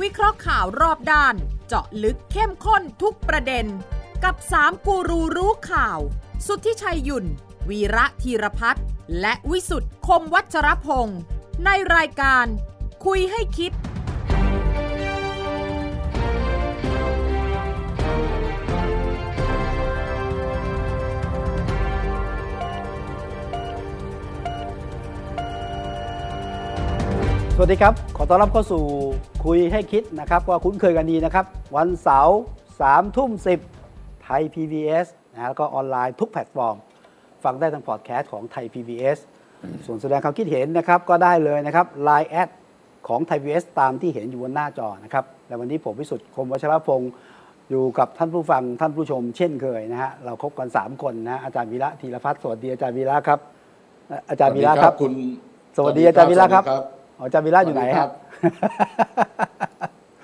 วิเคราะห์ข่าวรอบด้าน เจาะลึกเข้มข้นทุกประเด็น กับ 3 กูรูรู้ข่าว สุทธิชัยหยุ่น วีระธีรพัฒน์และวิสุทธ์คมวัชรพงศ์ในรายการ คุยให้คิด สวัสดีครับ ขอต้อนรับเข้าสู่คุยให้คิดนะครับว่าคุ้นเคยกันดีนะครับ วันเสาร์สามทุ่มสิบไทย PBS นะแล้วก็ออนไลน์ทุกแพลตฟอร์ม ฟังได้ทางพอดแคสต์ของไทย PBS ส่วนแสดงความคิดเห็นนะครับ ก็ได้เลยนะครับ Line แอดของไทย PBS ตามที่เห็นอยู่บนหน้าจอนะครับ และวันนี้ผมพิสุทธิ์คมวัชรพงศ์อยู่กับท่านผู้ฟังท่านผู้ชมเช่นเคยนะฮะเราคบกันสามคนนะฮะอาจารย์วีระธีรพัฒน์สวัสดีอาจารย์วีระครับอาจารย์วีระครับ คุณ สวัสดีอาจารย์วิระครับ สวัสดี อ๋ออาจารย์วิระอยู่ไหน สวัสดีคครั รับ บ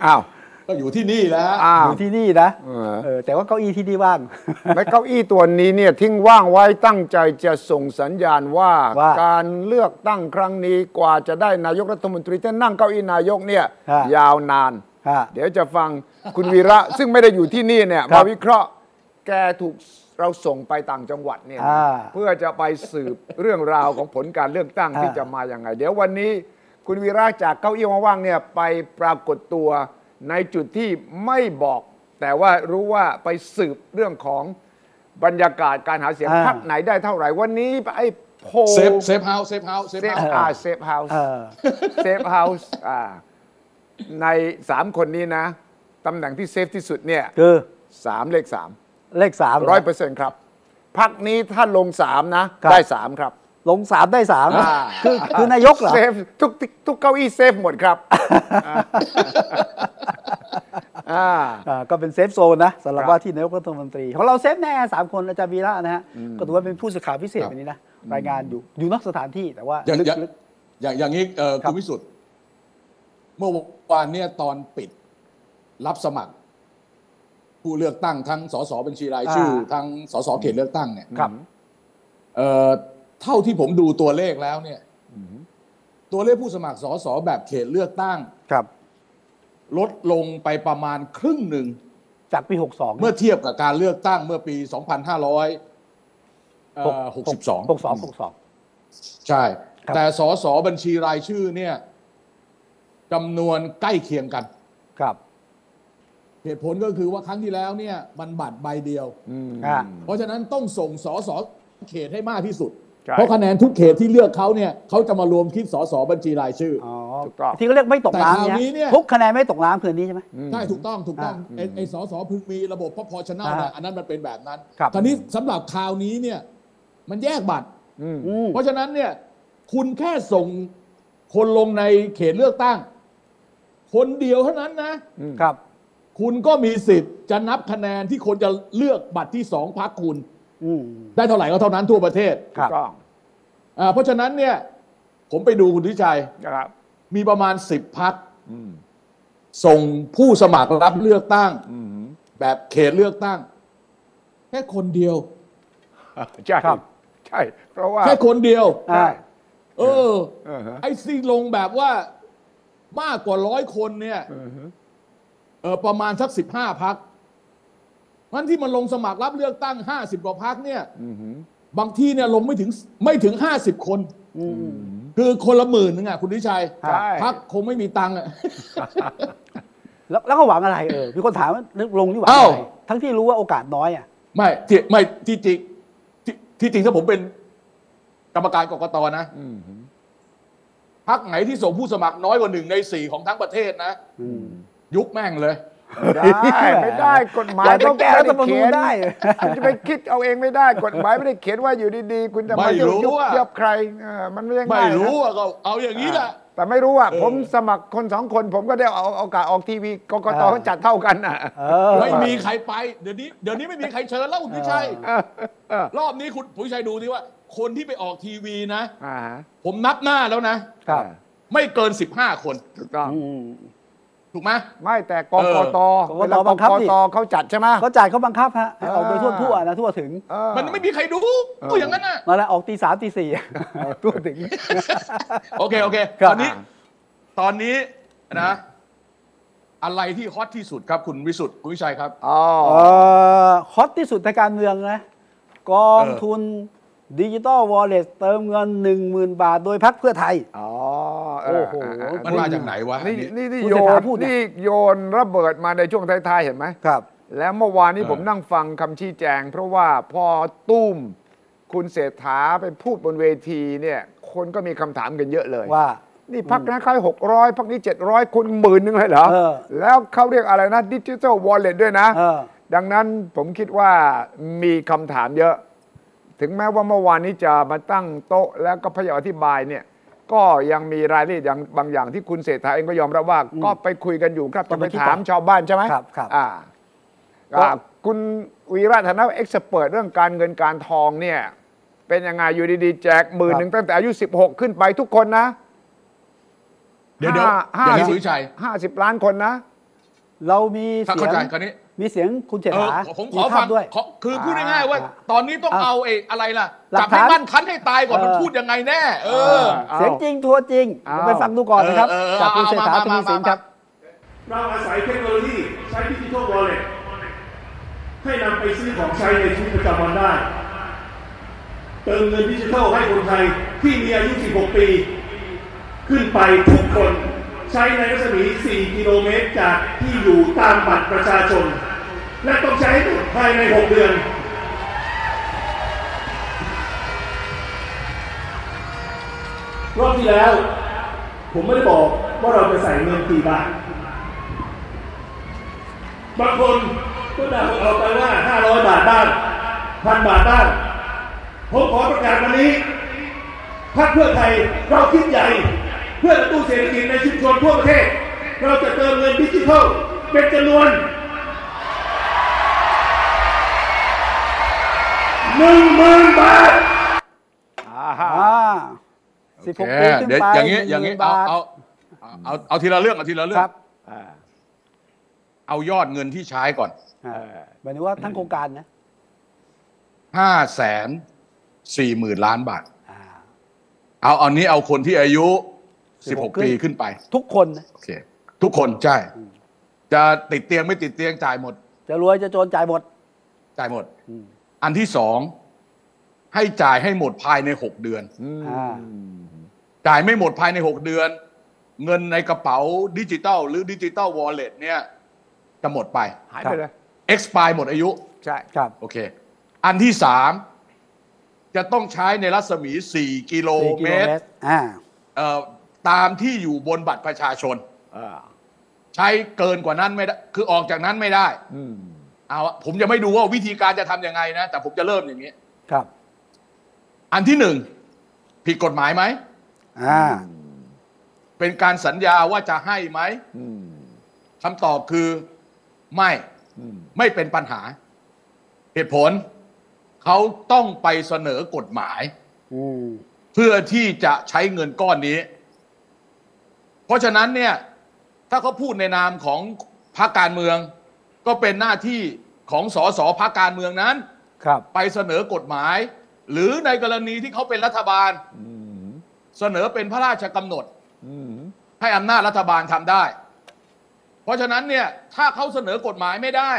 อ้าว ก็อยู่ที่นี่แล้ว อ้าว อยู่ที่นี่นะ เออ เออแต่ว่าเก้าอี้ที่นี่ว่าง และเก้าอี้ตัวนี้เนี่ยทิ้งว่างไว้ตั้งใจจะส่งสัญญาณว่า ว่า การเลือกตั้งครั้งนี้กว่าจะได้นายกรัฐมนตรีที่นั่งเก้าอี้นายกเนี่ย ฮะ ยาวนาน ฮะ เดี๋ยวจะฟังคุณวีระ ซึ่งไม่ได้อยู่ที่นี่เนี่ย ครับ มาวิเคราะห์แกถูกเราส่งไปต่างจังหวัดเนี่ยนะ อ่า เพื่อจะไปสืบเรื่องราวของผลการเลือกตั้ง อ่า ที่จะมาอย่างไง เดี๋ยววันนี้คุณวีระจากเก้าอี้ว่างๆเนี่ยไปปรากฏตัวในจุดที่ไม่บอก แต่ว่ารู้ว่าไปสืบเรื่องของบรรยากาศการหาเสียง อ่า พักไหนได้เท่าไหร่วันนี้ไอ้โพล เซฟเซฟเฮาส์เซฟเฮาส์เซฟ เซฟ เฮาส์ อ่าเซฟเฮาส์ เออ เซฟเฮาส์อ่าในสามคนนี้นะ ตำแหน่งที่เซฟที่สุดเนี่ย คือ สามเลขสาม เลขสาม ร้อยเปอร์เซ็นต์ครับพักนี้ถ้าลงสามนะ ครับ ได้สามครับ ลงสามได้สามคือคือนายกเหรอ เซฟทุกทุกเก้าอี้เซฟหมด ครับอ่า อ่าก็เป็นเซฟโซนนะสำหรับ ครับ ว่าที่นายกรัฐมนตรี ของเราเซฟแน่สามคนอาจารย์วีระนะฮะก็ถือว่าเป็นผู้สื่อข่าวพิเศษวันนี้นะรายงานอยู่อยู่นอกสถานที่แต่ว่า อย่าง ลึก อย่าง ลึก อย่างอย่างนี้เอ่อ ครับคุณวิสุทธ์เมื่อวานเนี่ยตอนปิดรับสมัคร ผู้เลือกตั้งทั้งสสบัญชีรายชื่ออา ทั้งสสเขตเลือกตั้งเนี่ย ครับ เอ่อเท่าที่ผมดูตัวเลขแล้วเนี่ยตัวเลขผู้สมัครสสแบบเขตเลือกตั้ง ครับ ลดลงไปประมาณครึ่งหนึ่ง จากปีหกสอง เมื่อเทียบกับการเลือกตั้งเมื่อปี 2562 หกสองหกสอง ใช่ ครับ แต่สสบัญชีรายชื่อเนี่ยจำนวนใกล้เคียงกัน ครับ เหตุผลก็คือว่าครั้งที่แล้วเนี่ยมันบัตรใบเดียว อ่า เพราะฉะนั้นต้องส่งสสเขตให้มากที่สุด ใช่ เพราะคะแนนทุกเขตที่เลือกเขาเนี่ยเขาจะมารวมคิดสสบัญชีรายชื่ออ อ๋อ ถูกต้อง ที่เขาเรียกไม่ตก แต่คราว น้ำ นี้เนี่ย ทุกคะแนนไม่ตกน้ำคืออันนี้ใช่ไหม อืม ใช่ถูกต้องถูกต้องไอ้ไอ้สสพึงมีระบบพอพอชนะ อ่า อันนั้นมันเป็นแบบนั้น ครับ คราวนี้สำหรับคราวนี้เนี่ยมันแยกบัตร อืม อืม เพราะฉะนั้นเนี่ยคุณแค่ส่งคนลงในเขตเลือกตั้ง คนเดียวเท่านั้นนะ ครับ คุณก็มีสิทธิ์จะนับคะแนนที่คนจะเลือกบัตรที่สองพักคุณ อืม ได้เท่าไหร่ก็เท่านั้นทั่วประเทศ ค ถู รับ กต้อง อ่าเพราะฉะนั้นเนี่ยผมไปดูคุณทิชัย นะครับ มีประมาณ 10พัก อืม ส่งผู้สมัครรับเลือกตั้ง อืม แบบเขตเลือกตั้ง แค่คนเดียว ใช่ ครับ ใช่เพราะว่า แค่คนเดียว อ่า เออ เออฮะ ไอ้ซีลงแบบว่ามากกว่าร้อยคนเนี่ย อือฮึ เออประมาณสักสิบห้าพักนั้นที่มันลงสมัครรับเลือกตั้งห้าสิบกว่าพักเนี่ย อือหือบ างที่เนี่ยลงไม่ถึงไม่ถึงห้าสิบคน อืม คือคนละหมื่นนึงอ่ะคุณทิชัย ครับ ใช่ พักคงไม่มีตังค์อ่ะ แล้วแล้วก็หวังอะไรเออมีคนถามว่านึกลงนี่หวัง อ้าว อะไรทั้งที่รู้ว่าโอกาสน้อยอ่ะ ไม่ที่ไม่ที่จริงที่ที่จริงถ้าผมเป็นกรรมการกกตนะ อือหือ พักไหนที่ส่งผู้สมัครน้อยกว่าหนึ่งในสี่ของทั้งประเทศนะยุบแม่งเลย ได้ไม่ได้กฎหมาย อยากจะแก้รัฐธรรมนูญได้ มันจะไปคิดเอาเองไม่ได้กฎหมายไม่ได้เขียนว่าอยู่ดีๆ คุณจะ ไม่ มายุ รู้ บยุบ อะ เยียบใครเออมันไม่ได้ ไม่ ง่ายนะ รู้อ่ะก็เอาอย่างนี้แหละ แต่ไม่รู้อ่ะ เออ ผมสมัครคนสองคน ผมก็ได้เอาเอากาสออกทีวีกกตเขาจัดเท่ากันอ่ะ เออ ไม่มีใครไปเดี๋ยวนี้เดี๋ยวนี้ไม่มีใครเชิญแล้วคุณทิชัย รอบนี้คุณผู้ชัยดูที่ว่า คนที่ไปออกทีวีนะ อ่าฮะ ผมนับหน้าแล้วนะ ครับ ไม่เกิน 15 คน ถูกต้อง อืม ถูกไหม ไม่แต่ก เออ กต กกต เวลาก บังคับ ก ดิ ตเขาจัดใช่ไหม เขาจ่ายเขาบังคับฮะให้ออกโดย อ่า ทั่วทั่วนะทั่วถึง เออ มันไม่มีใครดูก็อย่างนั้นน่ะ มาแล้วออกตีสามตี สี่ ทั่วถึง โอเค โอเค ครับตอนนี้ ตอนนี้นะ อะไรที่ฮอตที่สุดครับคุณวิสุทธ์คุณวิชัยครับ อ๋อ เอ่อฮอตที่สุดในการเมืองนะกองทุนดิจิตอลวอลเล็ตเติมเงิน 10,000 บาท โดยพักเพื่อไทย อ๋อ โอ้โห เออเออเออ มันมาจากไหนวะ นี่ อันนี้ นี่นี่ คุณ โย เศรษฐาน พูดเนี่ย นี่โยนระเบิดมาในช่วงท้ายๆเห็นไหม ครับ แล้วเมื่อวานนี้ เออ ผมนั่งฟังคำชี้แจง เพราะว่าพอตุ้ม คุณเศรษฐาไปพูดบนเวทีเนี่ย คนก็มีคำถามกันเยอะเลย ว่า นี่พักนั้นค่ายหกร้อยพักนี้เจ็ดร้อยคุณหมื่นนึงเลยเหรอ เออ แล้วเขาเรียกอะไรนะดิจิทัลวอลเล็ตด้วยนะ เออ ดังนั้นผมคิดว่ามีคำถามเยอะ ถึงแม้ว่าเมื่อวานนี้จะมาตั้งโต๊ะแล้วก็พยายามอธิบายเนี่ย ก็ยังมีรายละเอียดอย่างบางอย่างที่คุณเศรษฐาเองก็ยอมรับว่า ก็ไปคุยกันอยู่ครับ ต้ จะ อง ไป ไปคิด ถามชาวบ้านใช่ไหม ครับครับ อ่า ก็ อ่าคุณวีระฐานะเอ็กซ์เปิดเรื่องการเงินการทองเนี่ย เป็นยังไงอยู่ดีๆ แจกหมื่นหนึ่งตั้งแต่อายุ 16 ขึ้นไปทุกคนนะ เดี๋ยวเดี๋ยว ห้า เดี๋ยวนะ สิ คุ บ ณวิชัย ห้าสิบล้านคนนะ เรามี ถ้า เสีย เข้าง ใจคราวนี้ มีเสียงคุณเศรษ เออ ฐา ผมข มี อ ภา ฟั พ ง ด้วย ขอคือพูด อ่า ง่ายๆว่า อ่า ตอนนี้ต้อง อ่า เอาเออะไรล่ะ หลัก จับให้ ฐาน มั่นคันให้ตายก่อนมัน เออ พูดยังไงแน่ เออ เออ เสียงจริงทัวร์จริง อ้าว เราไปฟังดูก่อนนะครับ เออเออ จากคุณ เอา เศรษฐา มา ท มา วีสิน มา ครับ เราอาศัยเทคโนโลยีใช้ดิจิทัลวอลเล็ตให้นำไปซื้อของใช้ในชีวิตประจำวันได้ เติมเงินดิจิทัลให้คนไทยที่มีอายุ 16 ปี ขึ้นไปทุกคนใช้ในรัศมี 4 กิโลเมตรจากที่อยู่ตามบัตรประชาชน และต้องใช้ให้หมดภายใน 6 เดือน รอบที่แล้ว ผมไม่ได้บอกว่าเราจะใส่เงินกี่บาท บางคนก็ด่าคนออกไปว่า 500 บาทบ้างพันบาทบ้างผมขอประกาศวันนี้พรรคเพื่อไทยเราคิดใหญ่ เพื่อกระตุ้นเศรษฐกิจในชุมชนทั่วประเทศ เราจะเติมเงินดิจิทัลเป็นจำนวนหนึ่งหมื่นบาท อ่า อ่าสิบหกปีขึ้น เดี๋ยว ไป อย่างนี้อย่างนี้ 10,000 เอา บาท เอาเอาเอาเอาทีละเรื่องเอาทีละเรื่อ ค ง รับ เอายอดเงินที่ใช้ก่อน อ่าหมายถึงว่าทั้งโครงการนะ ห้าแสนสี่หมื่นล้านบาท อ่า เอาเอานี้เอาคนที่อายุ 16 16 ปีขึ้นไป ทุกคนนะ โอเคทุกคนใช่ จะติดเตียงไม่ติดเตียงจ่ายหมด จะรวยจะจนจ่ายหมด จ่ายหมด อืม อันที่สองให้จ่ายให้หมดภายใน 6 เดือน อ่า จ่ายไม่หมดภายใน 6 เดือน เงินในกระเป๋าดิจิตอลหรือดิจิตอลวอลเล็ตเนี่ยจะหมดไป หายไปเลย expire หมดอายุ ใช่ ครับ โอเค อันที่สามจะต้องใช้ในรัศมี 4 กิโล สี่กิโลเมตร เมตร อ่า เอ่อตามที่อยู่บนบัตรประชาชน อ่า ใช้เกินกว่านั้นไม่ได้ คือออกจากนั้นไม่ได้ อืม เอาอะผมจะไม่ดูว่าวิธีการจะทำยังไงนะ แต่ผมจะเริ่มอย่างนี้ ครับ อันที่หนึ่งผิดกฎหมายไหม อ่า เป็นการสัญญาว่าจะให้ไหม อืม คำตอบคือไม่ อืม ไม่เป็นปัญหา เหตุผล เขาต้องไปเสนอกฎหมาย อืม เพื่อที่จะใช้เงินก้อนนี้ เพราะฉะนั้นเนี่ย ถ้าเขาพูดในนามของพรรคการเมือง ก็เป็นหน้าที่ของสสพรรคการเมืองนั้น ครับ ไปเสนอกฎหมาย หรือในกรณีที่เขาเป็นรัฐบาล อืม เสนอเป็นพระราชกำหนด อืม ให้อำนาจรัฐบาลทำได้ เพราะฉะนั้นเนี่ย ถ้าเขาเสนอกฎหมายไม่ได้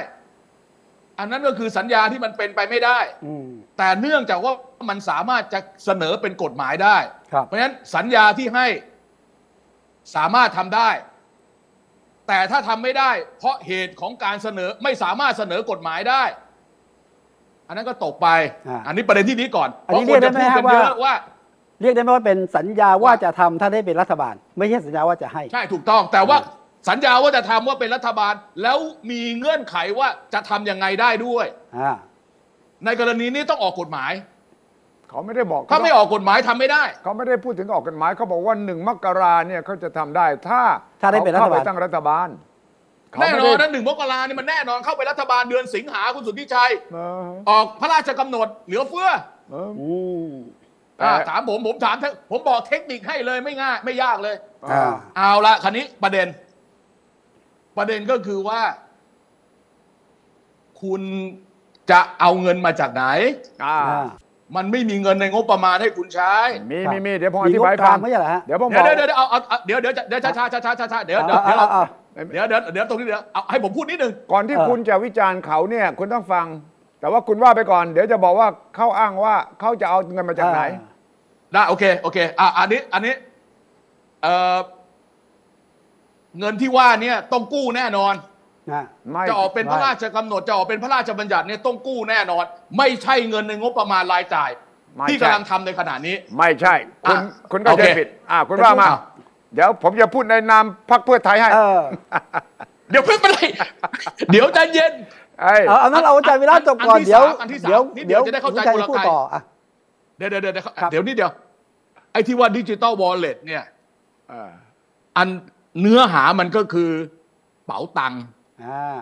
อันนั้นก็คือสัญญาที่มันเป็นไปไม่ได้ อืม แต่เนื่องจากว่ามันสามารถจะเสนอเป็นกฎหมายได้ ครับ เพราะฉะนั้นสัญญาที่ให้สามารถทำได้ แต่ถ้าทำไม่ได้ เพราะเหตุของการเสนอไม่สามารถเสนอกฎหมายได้ อันนั้นก็ตกไป อ่า อันนี้ประเด็นที่นี้ก่อน อัน เพราะ นี้ คนจะ เรี พู ยกได้ดกัน ไหม เย ฮะ อะ ว่า ว่า เรียกได้ไหมว่าเป็นสัญญาว่าจะทำถ้าได้เป็นรัฐบาล ไม่ใช่สัญญาว่าจะให้ ใช่ถูกต้อง แต่ว่าสัญญาว่าจะทำว่าเป็นรัฐบาล แล้วมีเงื่อนไขว่าจะทำยังไงได้ด้วย อ่า ในกรณีนี้ต้องออกกฎหมาย เขาไม่ได้บอก ถ้าไม่ออกกฎหมายทำไม่ได้ เขาไม่ได้พูดถึงออกกฎหมายเขาบอกว่าหนึ่งมกราเนี่ยเขาจะทำได้ถ้า ถ้าได้เป็นรัฐบาล ขข้ไปตั้งรัฐบาลเขา แน่ ไม่ นอน ได้ นะหนึ่งมกราเนี่ยมันแน่นอนเข้าไปรัฐบาลเดือนสิงหาคุณสุทธิชัย เออ ออกพระราชกำหนดเหลือเฟือ เออ อืม อ่ะ แต่ ถามผมผมถามเถอะผมบอกเทคนิคให้เลยไม่ง่ายไม่ยากเลย เออ อ่า เอาละคันนี้ประเด็น ประเด็นก็คือว่า คุณจะเอาเงินมาจากไหน อ่า อ่า มันไม่มีเงินในงบประมาณให้คุณใช้ มี ครับ มีมีเดี๋ยวผม มี อธิบาย งบก ฟั ลาง งไม่ใช่เหรอฮะ เดี๋ยวผมบ เดี๋ย อ ว ก เดี๋ยวเดี๋ยวเอาเอาเอาเดี๋ยวเดี๋ยวจะเดี๋ยวช้าช้าช้าช้าช้าเดี๋ยวเดี๋ยว อ่า เดี๋ยว อ่าอ่า เดี๋ยวเดี๋ยวเดี๋ยวตรงนี้เดี๋ยวเอาให้ผมพูดนิดนึง ก่อนที่ เออ คุณจะวิจารณ์เขาเนี่ยคุณต้องฟัง แต่ว่าคุณว่าไปก่อน เดี๋ยวจะบอกว่าเขาอ้างว่าเขาจะเอาเงินมาจากไหน อ่า ได้โอเคโอเคอ่ะอันนี้อันนี้เอ่อเงินที่ว่าเนี่ยต้องกู้แน่นอน นะ ไม่ จะออกเป็นพระ ไม่ ราชกำหนดจะออกเป็นพระราชบัญญัติเนี่ยต้องกู้แน่นอน ไม่ใช่เงินในงบประมาณรายจ่าย ไม่ ที่ ใช่ กำลังทำในขณะนี้ ไม่ใช่ คุณ อ่ะ คุณก็ โอ จะ เค ผิดอ่าคุณว่ามา อ่ะ เดี๋ยวผมจะพูดในนามพรรคเพื่อไทยให้ เออ เดี๋ยวเพิ่งไปเลย เดี๋ยวใจเย็น เอ้ย เอาเอานั้นเราอาจารย์วิระจบก่อน อันที่ เดี๋ยว สามอันที่สาม เดี๋ยว นิดเดียวจะได้เข้าใจ คุณชัย กล พูด ไก ต่ออ่ะ เดี๋ยวเดี๋ยวเดี๋ยวเดี๋ยว ครับ เดี๋ยวนิดเดียวไอ้ที่ว่าดิจิตอลวอลเล็ตเนี่ยอันเนื้อหามันก็คือเป๋าตังค์ อ่า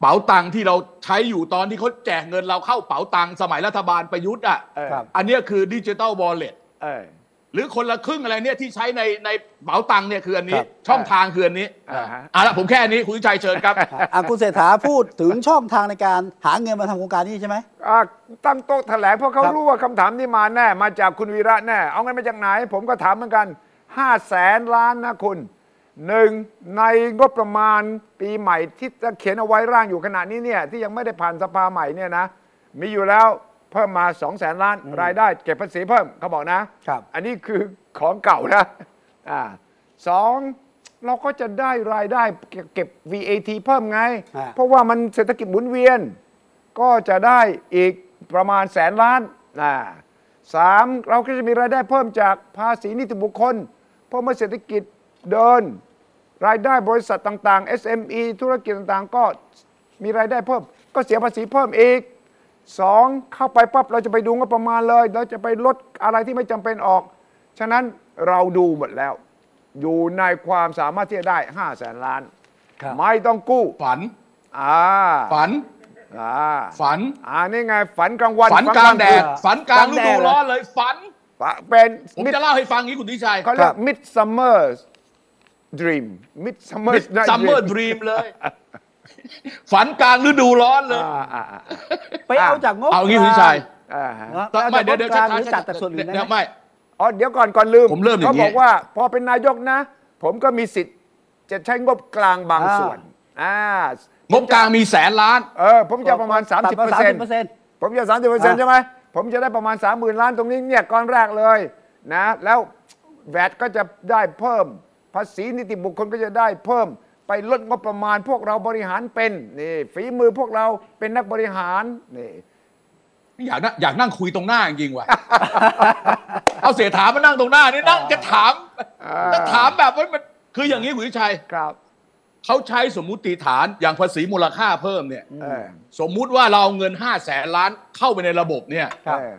เป๋าตังค์ที่เราใช้อยู่ตอนที่เขาแจกเงินเราเข้าเป๋าตังค์สมัยรัฐบาลประยุทธ์อ่ะ เออ ครับ อันเนี้ยคือดิจิตอล w อลเล็ต เอ้ย หรือคนละครึ่งอะไรเนี่ยที่ใช้ในในเป๋าตังค์เนี่ยคืออันคนี้รับ ช่องทางคืออันนี้ อ่าฮะ อ่ะละผมแค่นี้คุณวิชัยเชิญครับ อ่ะอ่ะคุณเศรษฐาพูดถึงช่องทางในการหาเงินมาทำโครงการนี้ใช่ไหม อ่ะตั้งโต๊ะแถลงเพราะเขา ครับ รู้ว่าคำถามนี้มาแน่ มาจากคุณวีระแน่ เอาเงินมาจากไหน ผมก็ถามเหมือนกัน5้าแสนล้านนะคุณหนึ่งในงบประมาณปีใหม่ที่จะเขียนเอาไว้ร่างอยู่ขณะนี้เนี่ยที่ยังไม่ได้ผ่านสภาใหม่เนี่ยนะ มีอยู่แล้วเพิ่มมา2 0 0แสนล้านรายได้เก็บภาษีเพิ่มเขาบอกนะ ครับ อันนี้คือของเก่านะอ่าสองเราก็จะได้รายได้เก็บ VAT เพิ่มไง อ่า เพราะว่ามันเศรษฐกิจหมุนเวียน ก็จะได้อีกประมาณแสนล้านนะสามเราก็จะมีรายได้เพิ่มจากภาษีนิติบุคคล เพราะเมื่อเศรษฐกิจเดิน รายได้บริษัทต่างๆ SME ธุรกิจต่างๆ ก็มีรายได้เพิ่ม ก็เสียภาษีเพิ่มอีก สองเข้าไปปั๊บเราจะไปดูงบประมาณเลย เราจะไปลดอะไรที่ไม่จำเป็นออก ฉะนั้นเราดูหมดแล้ว อยู่ในความสามารถที่จะได้5้าแสนล้าน ครับ ไม่ต้องกู้ ฝัน อ่า ฝัน อ่า ฝัน อ่านี่ไงฝันกลางวัน ฝันกลางแดด ฝัน ฝันกลาง กลาง ฤ แดด ดูร้อนเลยฝัน ฝันเป็น ผม มิด จะเล่าให้ฟังอย่างนี้คุณวิชัย เขาเรีย ครั ก บ midsummer dream midsummer มิด night ซัมเมอร์ด dream รีมเลย ฝันกลางฤดูร้อนเลย อ่าอ่าอ่า ไปเอาจากงบ เอางี้คุณวิชัย อ่าฮะ นะไปเอาจากงบกลางหรือจัดจากส่วนอื่นได้ เดี๋ยว ไหม ไม่ อ๋อเดี๋ยวก่อนก่อนลืม ผมเริ่มอย่าง เขา นี้ บอกว่าพอเป็นนายกนะ ผมก็มีสิทธิ์จะใช้งบกลางบาง อ่า ส่วนอ่าง บกลางมีแสนล้าน เออผมจะประมาณ ตัด 30เปอร์เซ็นต์ นต์ ผมจะ 30เปอร์เซ็น อ่า ต์ใช่ไหมผมจะได้ประมาณ 30,000 ล้านตรงนี้เนี่ยก้อนแรกเลยนะแล้วแวดก็จะได้เพิ่ม ภาษีนิติบุคคลก็จะได้เพิ่มไปลดงบประมาณพวกเราบริหารเป็นนี่ฝีมือพวกเราเป็นนักบริหารนี่ อยากนั่งอยากนั่งคุยตรงหน้าจริง ๆว่ะ เอาเสียถามมานั่งตรงหน้านี่นั่งจะถาม จะถามแบบว่ามันคืออย่างนี้คุณวิชัย ครับ เขาใช้สมมุติฐานอย่างภาษีมูลค่าเพิ่มเนี่ย เออ สมมุติว่าเราเอาเงิน 5 0 0แสนล้านเข้าไปในระบบเนี่ย ครับ เออ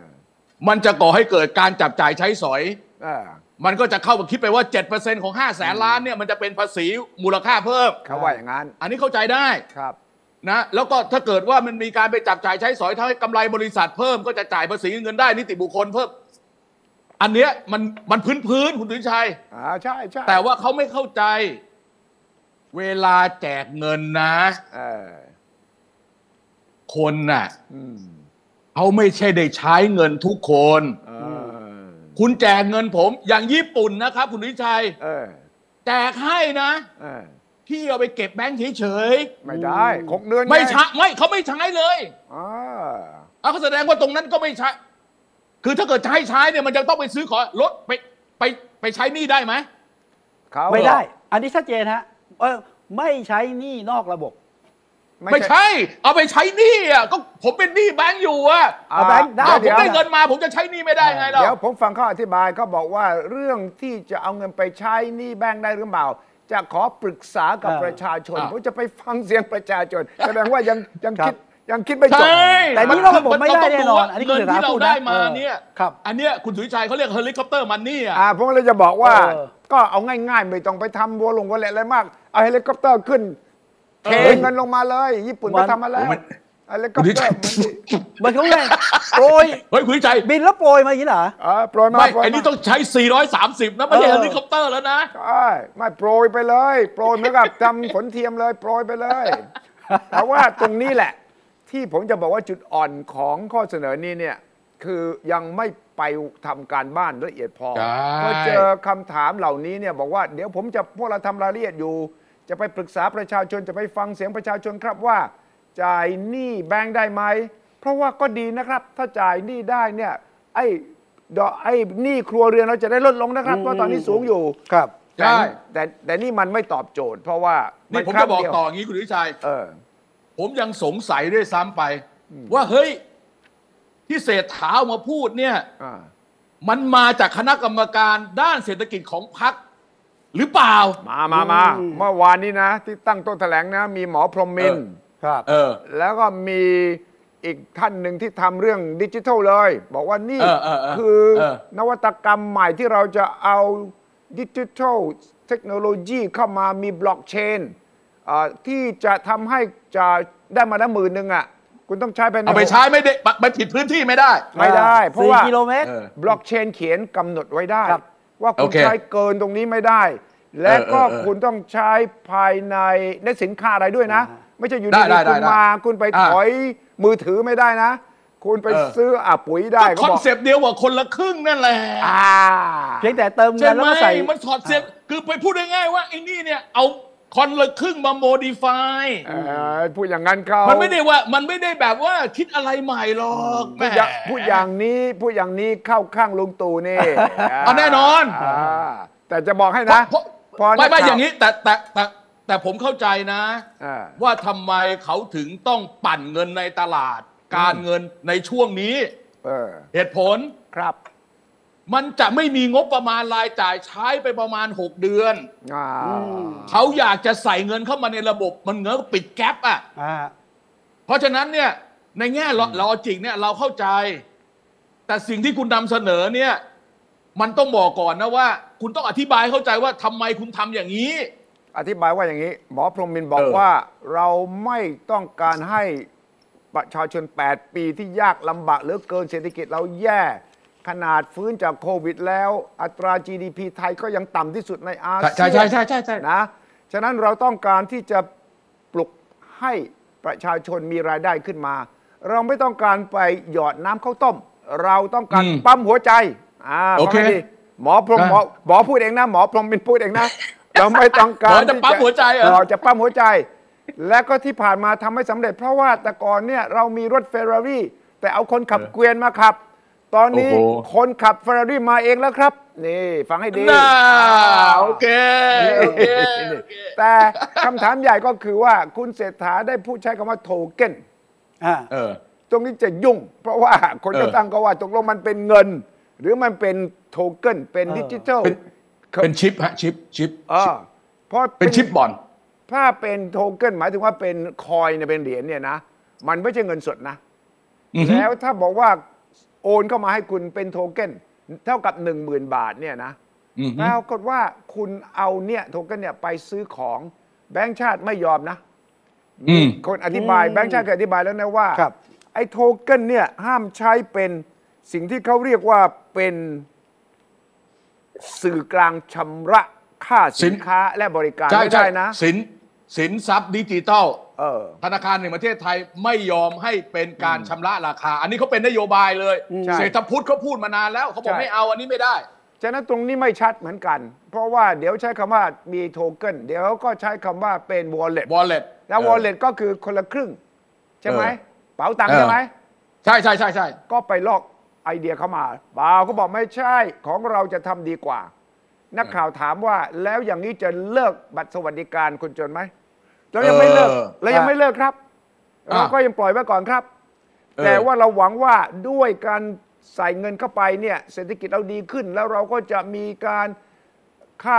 มันจะก่อให้เกิดการจับจ่ายใช้สอย เออ มันก็จะเข้ามาคิดไปว่า 7%ของ 5 0 0แสนล้านเนี่ยมันจะเป็นภาษีมูลค่าเพิ่ม เขาว่าอย่างนั้น อันนี้เข้าใจได้ ครับ นะแล้วก็ถ้าเกิดว่ามันมีการไปจับจ่ายใช้สอยทำให้กำไรบริษัทเพิ่มก็จะจ่ายภาษีเงินได้นิติบุคคลเพิ่ม อันเนี้ยมันมันพื้นพื้นๆคุณสุวิชัย อ่าใช่ใช่ แต่ว่าเขาไม่เข้าใจ เวลาแจกเงินนะ เออ คนน่ะ อืม เขาไม่ใช่ได้ใช้เงินทุกคน เออ คุณแจกเงินผม อย่างญี่ปุ่นนะครับ คุณวิชัย เออ แจกให้นะ เออ พี่เอาไปเก็บแบงค์เฉย ไม่ได้หกเดือนง ๆไม่ใช้ไม่เขาไม่ใช้เลย อ่า เอาเขาแสดงว่าตรงนั้นก็ไม่ใช้ คือถ้าเกิดจะให้ใช้เนี่ยมันจะต้องไปซื้อของรถไปไปไปใช้หนี่ได้ไหม เขา ไม่ได้ อันนี้ชัดเจนฮะเออไม่ใช้หนี่นอกระบบ ไม่ใช่ เอาไปใช้หนี่อ่ะก็ผมเป็นหนี้แบงค์อยู่อ่ะ เอาแบงค์ได้ เอาผ เดี๋ ม ยว ได้เงินมาผมจะใช้หนี่ไม่ได้ไงเรา เดี๋ยวผมฟังเขาอธิบายเขาบอกว่าเรื่องที่จะเอาเงินไปใช้หนี่แบงค์ได้หรือเปล่า จะขอปรึกษากับ อ่า ประชาชน อ่า ผมจะไปฟังเสียงประชาชนแสดงว่ายังยัง ครับ คิดยังคิดไม่จบ ใช่ แต่นี่เราระบบไม่ได้แน่นอนอันนี้คุ เงิ ณ น เศรษฐา ที่เรา พูดนะ ได้มาเนี่ย เออครับ อันเนี้ยคุณสุวิชัยเขาเรียกเฮลิคอปเตอร์มันนี่อ่ะ อ่าผมเลยจะบอกว่า เออ ก็เอาง่ายๆ ไม่ต้องไปทำวัวลงวัวแหละอะไรมาก เอาเฮลิคอปเตอร์ขึ้นเท เออ เงินลงมาเลย ญี่ปุ่นก็ทำมาแล้ว มัน เฮลิคอปเตอร์มัน เหมือนเขาไงโปรย เฮ้ยคุณวิชัย บินแล้วโปรยมาอย่างนี้เหรอ เออโปรยมา ไม่ โปรย ไอ้นี่ มา ต้องใช้ 430 นะ ไม่ใช่ เอ เฮ อ ลิคอปเตอร์แล้วนะ ใช่ไม่โปรยไปเลยโปรยเหมือนกับทำฝนเทียมเลยโปรยไปเลยแต่ว่าตรงนี้แหละ ที่ผมจะบอกว่าจุดอ่อนของข้อเสนอนี้เนี่ยคือยังไม่ไปทำการบ้านละเอียดพอ ใช่ พอเจอคำถามเหล่านี้เนี่ยบอกว่าเดี๋ยวผมจะพวกเราทำรายละเอียดอยู่ จะไปปรึกษาประชาชนจะไปฟังเสียงประชาชนครับว่า จ่ายหนี้แบงค์ได้ไหม เพราะว่าก็ดีนะครับ ถ้าจ่ายหนี้ได้เนี่ยไอ้ดอกไอ้หนี้ครัวเรือนเราจะได้ลดลงนะครับเพราะตอนนี้สูงอยู่ ครับ ใช่ แต่แต่แต่นี่มันไม่ตอบโจทย์ เพราะว่า นี่ผม ครั้ จะ ง บอก เดียว ต่ออย่างนี้คุณวิชัย เออ ผมยังสงสัยด้วยซ้ำไป ว่าเฮ้ย ที่เศรษฐาเอามาพูดเนี่ย อ่า มันมาจากคณะกรรมการด้านเศรษฐกิจของพรรคหรือเปล่า มามามาเมื่อวานนี้นะ ที่ตั้งโต๊ะแถลงนะ มีหมอพรหมินทร์ เอ ครับ เออ แล้วก็มีอีกท่านหนึ่งที่ทำเรื่องดิจิทัลเลย บอกว่านี่ เออเออเออ คือ เออ นวัตกรรมใหม่ที่เราจะเอาดิจิทัลเทคโนโลยีเข้ามามีบล็อกเชนที่จะทำให้จะได้มาละหมื่นหนึ่งอ่ะ คุณต้องใช้ไปใน เอาไปใช้ไม่ได้ไปผิดพื้นที่ไม่ได้ ไม่ได้ เพราะว่า สี่กิโลเมตร เออ บล็อกเชนเขียนกำหนดไว้ได้ ครับ ว่าคุ โอ ณ เค ใช้เกินตรงนี้ไม่ได้ และก็ เออเออเออ คุณต้องใช้ภายในในสินค้าอะไรด้วยนะ ไม่ใช่อยู่ ได้ ดี ได้ ๆคุณ ได้ มา คุณไป อ่า ถอยมือถือไม่ได้นะ คุณไป เออ ซื้ออ่ะปุ๋ยได้ คอนเซปต์เดียวกับคนละครึ่งนั่นแหละ อ่า เพียงแต่เติมเงิ ใช่ น ไห แล้ว ม ก็ใส่ มันถอดเซปคือไปพูดง่ายๆว่าไอ้นี่เนี่ย เอาคนละครึ่งมาโมดิฟาย เออพูดอย่างนั้นเขา มันไม่ได้ว่ามันไม่ได้แบบว่าคิดอะไรใหม่หรอกแห พู ม่ ดอย่างพูดอย่างนี้พูดอย่างนี้เข้าข้างลุงตู่นี่ เอาแน่นอน าแต่จะบอกให้นะ เพราะ พอ ไม่ไม่ นักข่ว อย่างนี้แต่แต่แต่แต่ผมเข้าใจนะ อ่า ว่าทำไมเขาถึงต้องปั่นเงินในตลาด การเงินในช่วงนี้ เออ เหตุผล ครับ มันจะไม่มีงบประมาณรายจ่ายใช้ไปประมาณ 6 เดือน อ่า เขาอยากจะใส่เงินเข้ามาในระบบมันเงินก็ปิดแก๊ปอ่ะ อ่า เพราะฉะนั้นเนี่ยในแง่ลอลอจิกเนี่ยเราเข้าใจ แต่สิ่งที่คุณนำเสนอเนี่ยมันต้องบอกก่อนนะว่า คุณต้องอธิบายเข้าใจว่าทำไมคุณทำอย่างนี้ อธิบายว่าอย่างนี้ หมอพรหมมินบอก เออ ว่าเราไม่ต้องการให้ประชาชน 8 ปีที่ยากลำบากเหลือเกินเศรษฐกิจเราแย่ ขนาดฟื้นจากโควิดแล้ว อัตรา GDP ไทยก็ยังต่ำที่สุดในอาเซียน นะ ฉะนั้นเราต้องการที่จะปลุกให้ประชาชนมีรายได้ขึ้นมา เราไม่ต้องการไปหยอดน้ำข้าวต้ม เราต้องการ อืม ปั๊มหัวใจอ่า โอเค ฟังให้ดีหมอพรหม ได้ หมอหมอพูดเองนะ หมอพรหมเป็นพูดเองนะ เราไม่ต้องการ เราจะปั๊มหัวใจเหรอ เราจะปั๊มหัวใจ และก็ที่ผ่านมาทำให้สำเร็จ เพราะว่าแต่ก่อนเนี่ยเรามีรถเฟอร์รารี่แต่เอาคนขับเกวียนมาขับ ตอนนี้ โอ้โห คนขับเฟอร์รารี่มาเองแล้วครับ นี่ฟังให้ดี น่าโอเคโอเคโอเค แต่คำถามใหญ่ก็คือว่าคุณเศรษฐาได้พูดใช้คำว่าโทเก้น อ่า เออ ตรงนี้จะยุ่ง เพราะว่าคน เออ จะตั้งก็ว่าตกลงมันเป็นเงิน หรือมันเป็นโทเก้น เป็นดิจิทัล เป็น เป็นชิปฮะชิปชิป อ่าเพราะ เป็นชิปบอล ถ้าเป็นโทเก้นหมายถึงว่าเป็นคอยน์เนี่ยเป็นเหรียญเนี่ยนะ มันไม่ใช่เงินสดนะ อือฮึ แล้วถ้าบอกว่าโอนเข้ามาให้คุณเป็นโทเก้น เท่ากับ 1 0,000 บาทเนี่ยนะ อือฮึ ปรากฏว่าคุณเอาเนี่ยโทเก้นเนี่ยไปซื้อของแบงก์ชาติไม่ยอมนะ อืม คนอธิบายแบงค์ชาติเคยอธิบายแล้วนะว่า ครับ ไอ้โทเก้นเนี่ยห้ามใช้เป็นสิ่งที่เขาเรียกว่าเป็นสื่อกลางชำระค่า สิ สิ น นค้าและบริการ ใช่ ไม่ ใช่ ได้นะ สินสินทรัพย์ดิจิตอล เออ ธนาคารแห่งประเทศไทยไม่ยอมให้เป็นการชำระราคา อันนี้เขาเป็นนโยบายเลย ใช่ เศรษฐพุทธเขาพูดมานานแล้วเขาบอก ใช่ ไม่เอาอันนี้ไม่ได้ ฉะนั้นตรงนี้ไม่ชัดเหมือนกัน เพราะว่าเดี๋ยวใช้คำว่ามีโทเก้นเดี๋ยวก็ใช้คำว่าเป็น wallet wallet แล้ว เออ wallet ก็คือคนละครึ่ง ใช่ไหม เออ เป๋าตังค์ เออ ใช่ไหม ใช่ใช่ใช่ใช่ ก็ไปลอกไอเดียเข้ามาเปล่าก็บอกไม่ใช่ของเราจะทำดีกว่า นักข่าวถามว่าแล้วอย่างนี้จะเลิกบัตรสวัสดิการคนจนไหมเรายังไม่เลิก เออ เรายังไม่เลิกครับ อ่ะ เราก็ยังปล่อยไว้ก่อนครับ เออ แต่ว่าเราหวังว่าด้วยการใส่เงินเข้าไปเนี่ยเศรษฐกิจเราดีขึ้น แล้วเราก็จะมีการค่า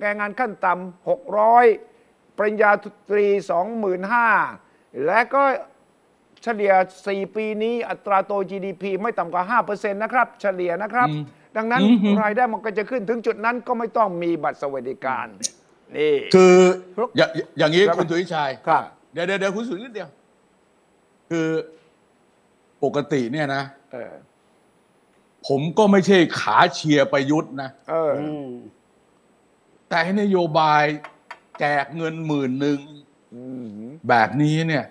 แรงงานขั้นต่ำ600 ปริญญาตรี 25,000 และก็ เฉลี่ย 4 ปีนี้อัตราโต GDP ไม่ต่ำกว่า 5%นะครับ เฉลี่ยนะครับ ดังนั้นรายได้มันก็จะขึ้นถึงจุดนั้นก็ไม่ต้องมีบัตรสวัสดิการ นี่ คืออย่าอย่าอย่างนี้คุณสุวิชัย ครับ เดี๋ยวเดี๋ยวเดี๋ยวคุณสุวิชัยนิดเดียว คือปกติเนี่ยนะ เออ ผมก็ไม่ใช่ขาเชียร์ประยุทธ์นะ เออ อืม แต่ให้นโยบายแจกเงินหมื่นหนึ่งแบบนี้เนี่ย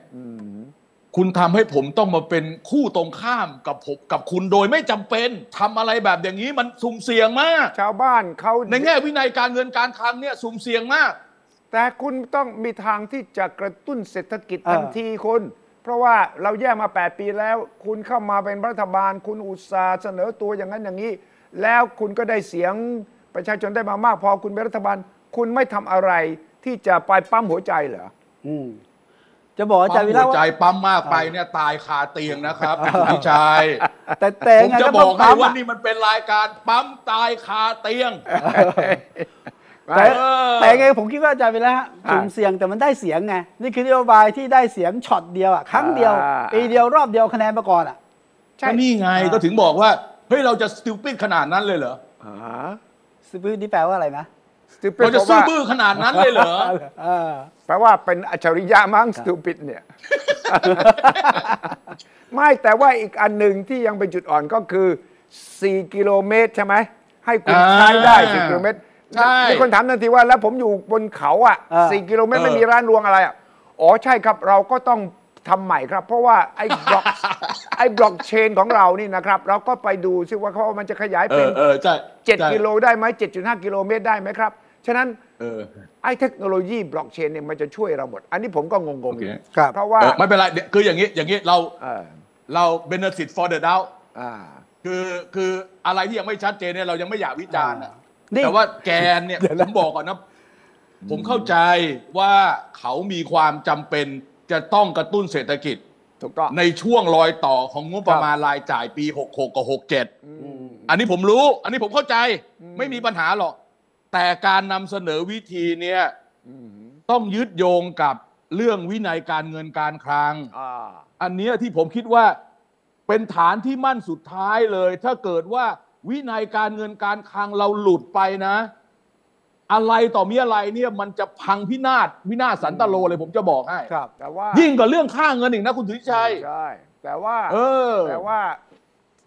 คุณทำให้ผมต้องมาเป็นคู่ตรงข้ามกับผมกับคุณโดยไม่จำเป็นทำอะไรแบบอย่างนี้มันสุ่มเสี่ยงมาก ชาวบ้านเขา ในแง่วินัยการเงินการคลังเนี่ยสุ่มเสี่ยงมาก แต่คุณต้องมีทางที่จะกระตุ้นเศรษฐกิจ เออ ทันทีคุณ เพราะว่าเราแย่มา 8 ปีแล้ว คุณเข้ามาเป็นรัฐบาล คุณอุตสาห์เสนอตัวอย่างนั้นอย่างนี้ แล้วคุณก็ได้เสียงประชาชนได้มามาก พอคุณเป็นรัฐบาล คุณไม่ทำอะไรที่จะไปปั๊มหัวใจเหรอ อืมจะบอกอาจาร ปั๊ม ย์วิ หั ระ วใจ ว่า ปั๊มมากไปเนี่ยตายคาเตียงนะครับ คุณวิชัย แต่แต่ ผม ไง จะ ก็ บ ต้ อ อง กให้ ปั๊ม ว่า อะ นี่มันเป็นรายการปั๊มตายคาเตียง แต่ เออ แต่ไงผมคิดว่าอาจารย์ไปแล้วฮะสุ่มเสี่ยงแต่มันได้เสียงไง นี่คือนโยบายที่ได้เสียงช็อตเดียวอ่ะครั้งเดียว อ่า ปีเดียวรอบเดียวคะแนนมาก่อนอ่ะ ใช่ ก็นี่ไงก็ถึงบอกว่าเฮ้ยเราจะสติ p ปิ d ขนาดนั้นเลยเหรอ อ่า ซื้อนี่แปลว่าอะไรนะ ซึ่งเป็น เราจะ เพราะ ซื่อ ว่า บื้อขนาดนั้นเลยเหรอ เออ แปลว่าเป็นอัจฉริยะมั้งสตูปิดเนี่ย ไม่แต่ว่าอีกอันหนึ่งที่ยังเป็นจุดอ่อนก็คือ 4 กิโลเมตรใช่ไหม ให้คุณ อ่า ใช้ได้ 4 กิโลเมตร ใช่ มีคนถามทันทีว่าแล้วผมอยู่บนเขาอ่ะ เออ 4 กิโลเมตรไม่มีร้านรวงอะไรอ่ะ อ๋อใช่ครับเราก็ต้องทำใหม่ครับ เพราะว่าไอ้บ ล็อก ไอ้บล็อกเชนของเรานี่นะครับ เราก็ไปดูซิว่าเขามันจะขยาย เอ เป็น อเออใช่ใช่ 7 กิโลได้ไหม7.5 กิโลเมตรได้ไหมครับ ฉะนั้น เออ ไอ้เทคโนโลยีบล็อกเชนเนี่ยมันจะช่วยเราหมด อันนี้ผมก็งง โอ ๆอ เค ยู่ ครับ เพราะว่า เออไม่เป็นไรเดี๋ยวคืออย่างนี้อย่างนี้เรา เออ เรา benefit for the doubt อ่า คือคืออะไรที่ยังไม่ชัดเจนเนี่ยเรายังไม่อยากวิจารณ์อะ นี่ แต่ว่าแกนเนี่ยผมบอกก่อนนะ ผมเข้าใจว่าเขามีความจำเป็นจะต้องกระตุ้นเศรษฐกิจ ถูกต้อง ในช่วงรอยต่อของงบประมาณรายจ่ายปี 66 กับ 67 อันนี้ผมรู้ อันนี้ผมเข้าใจไม่มีปัญหาหรอก แต่การนำเสนอวิธีเนี่ยต้องยึดโยงกับเรื่องวินัยการเงินการคลัง อ่า อันเนี้ยที่ผมคิดว่าเป็นฐานที่มั่นสุดท้ายเลย ถ้าเกิดว่าวินัยการเงินการคลังเราหลุดไปนะ อะไรต่อมีอะไรเนี่ยมันจะพังพินาศวินาศสันตโลเลยผมจะบอกให้ ครับ แต่ว่า ยิ่งกว่าเรื่องค่าเงินอีกนะคุณสุทธิชัย ใช่ แต่ว่า เออ แต่ว่า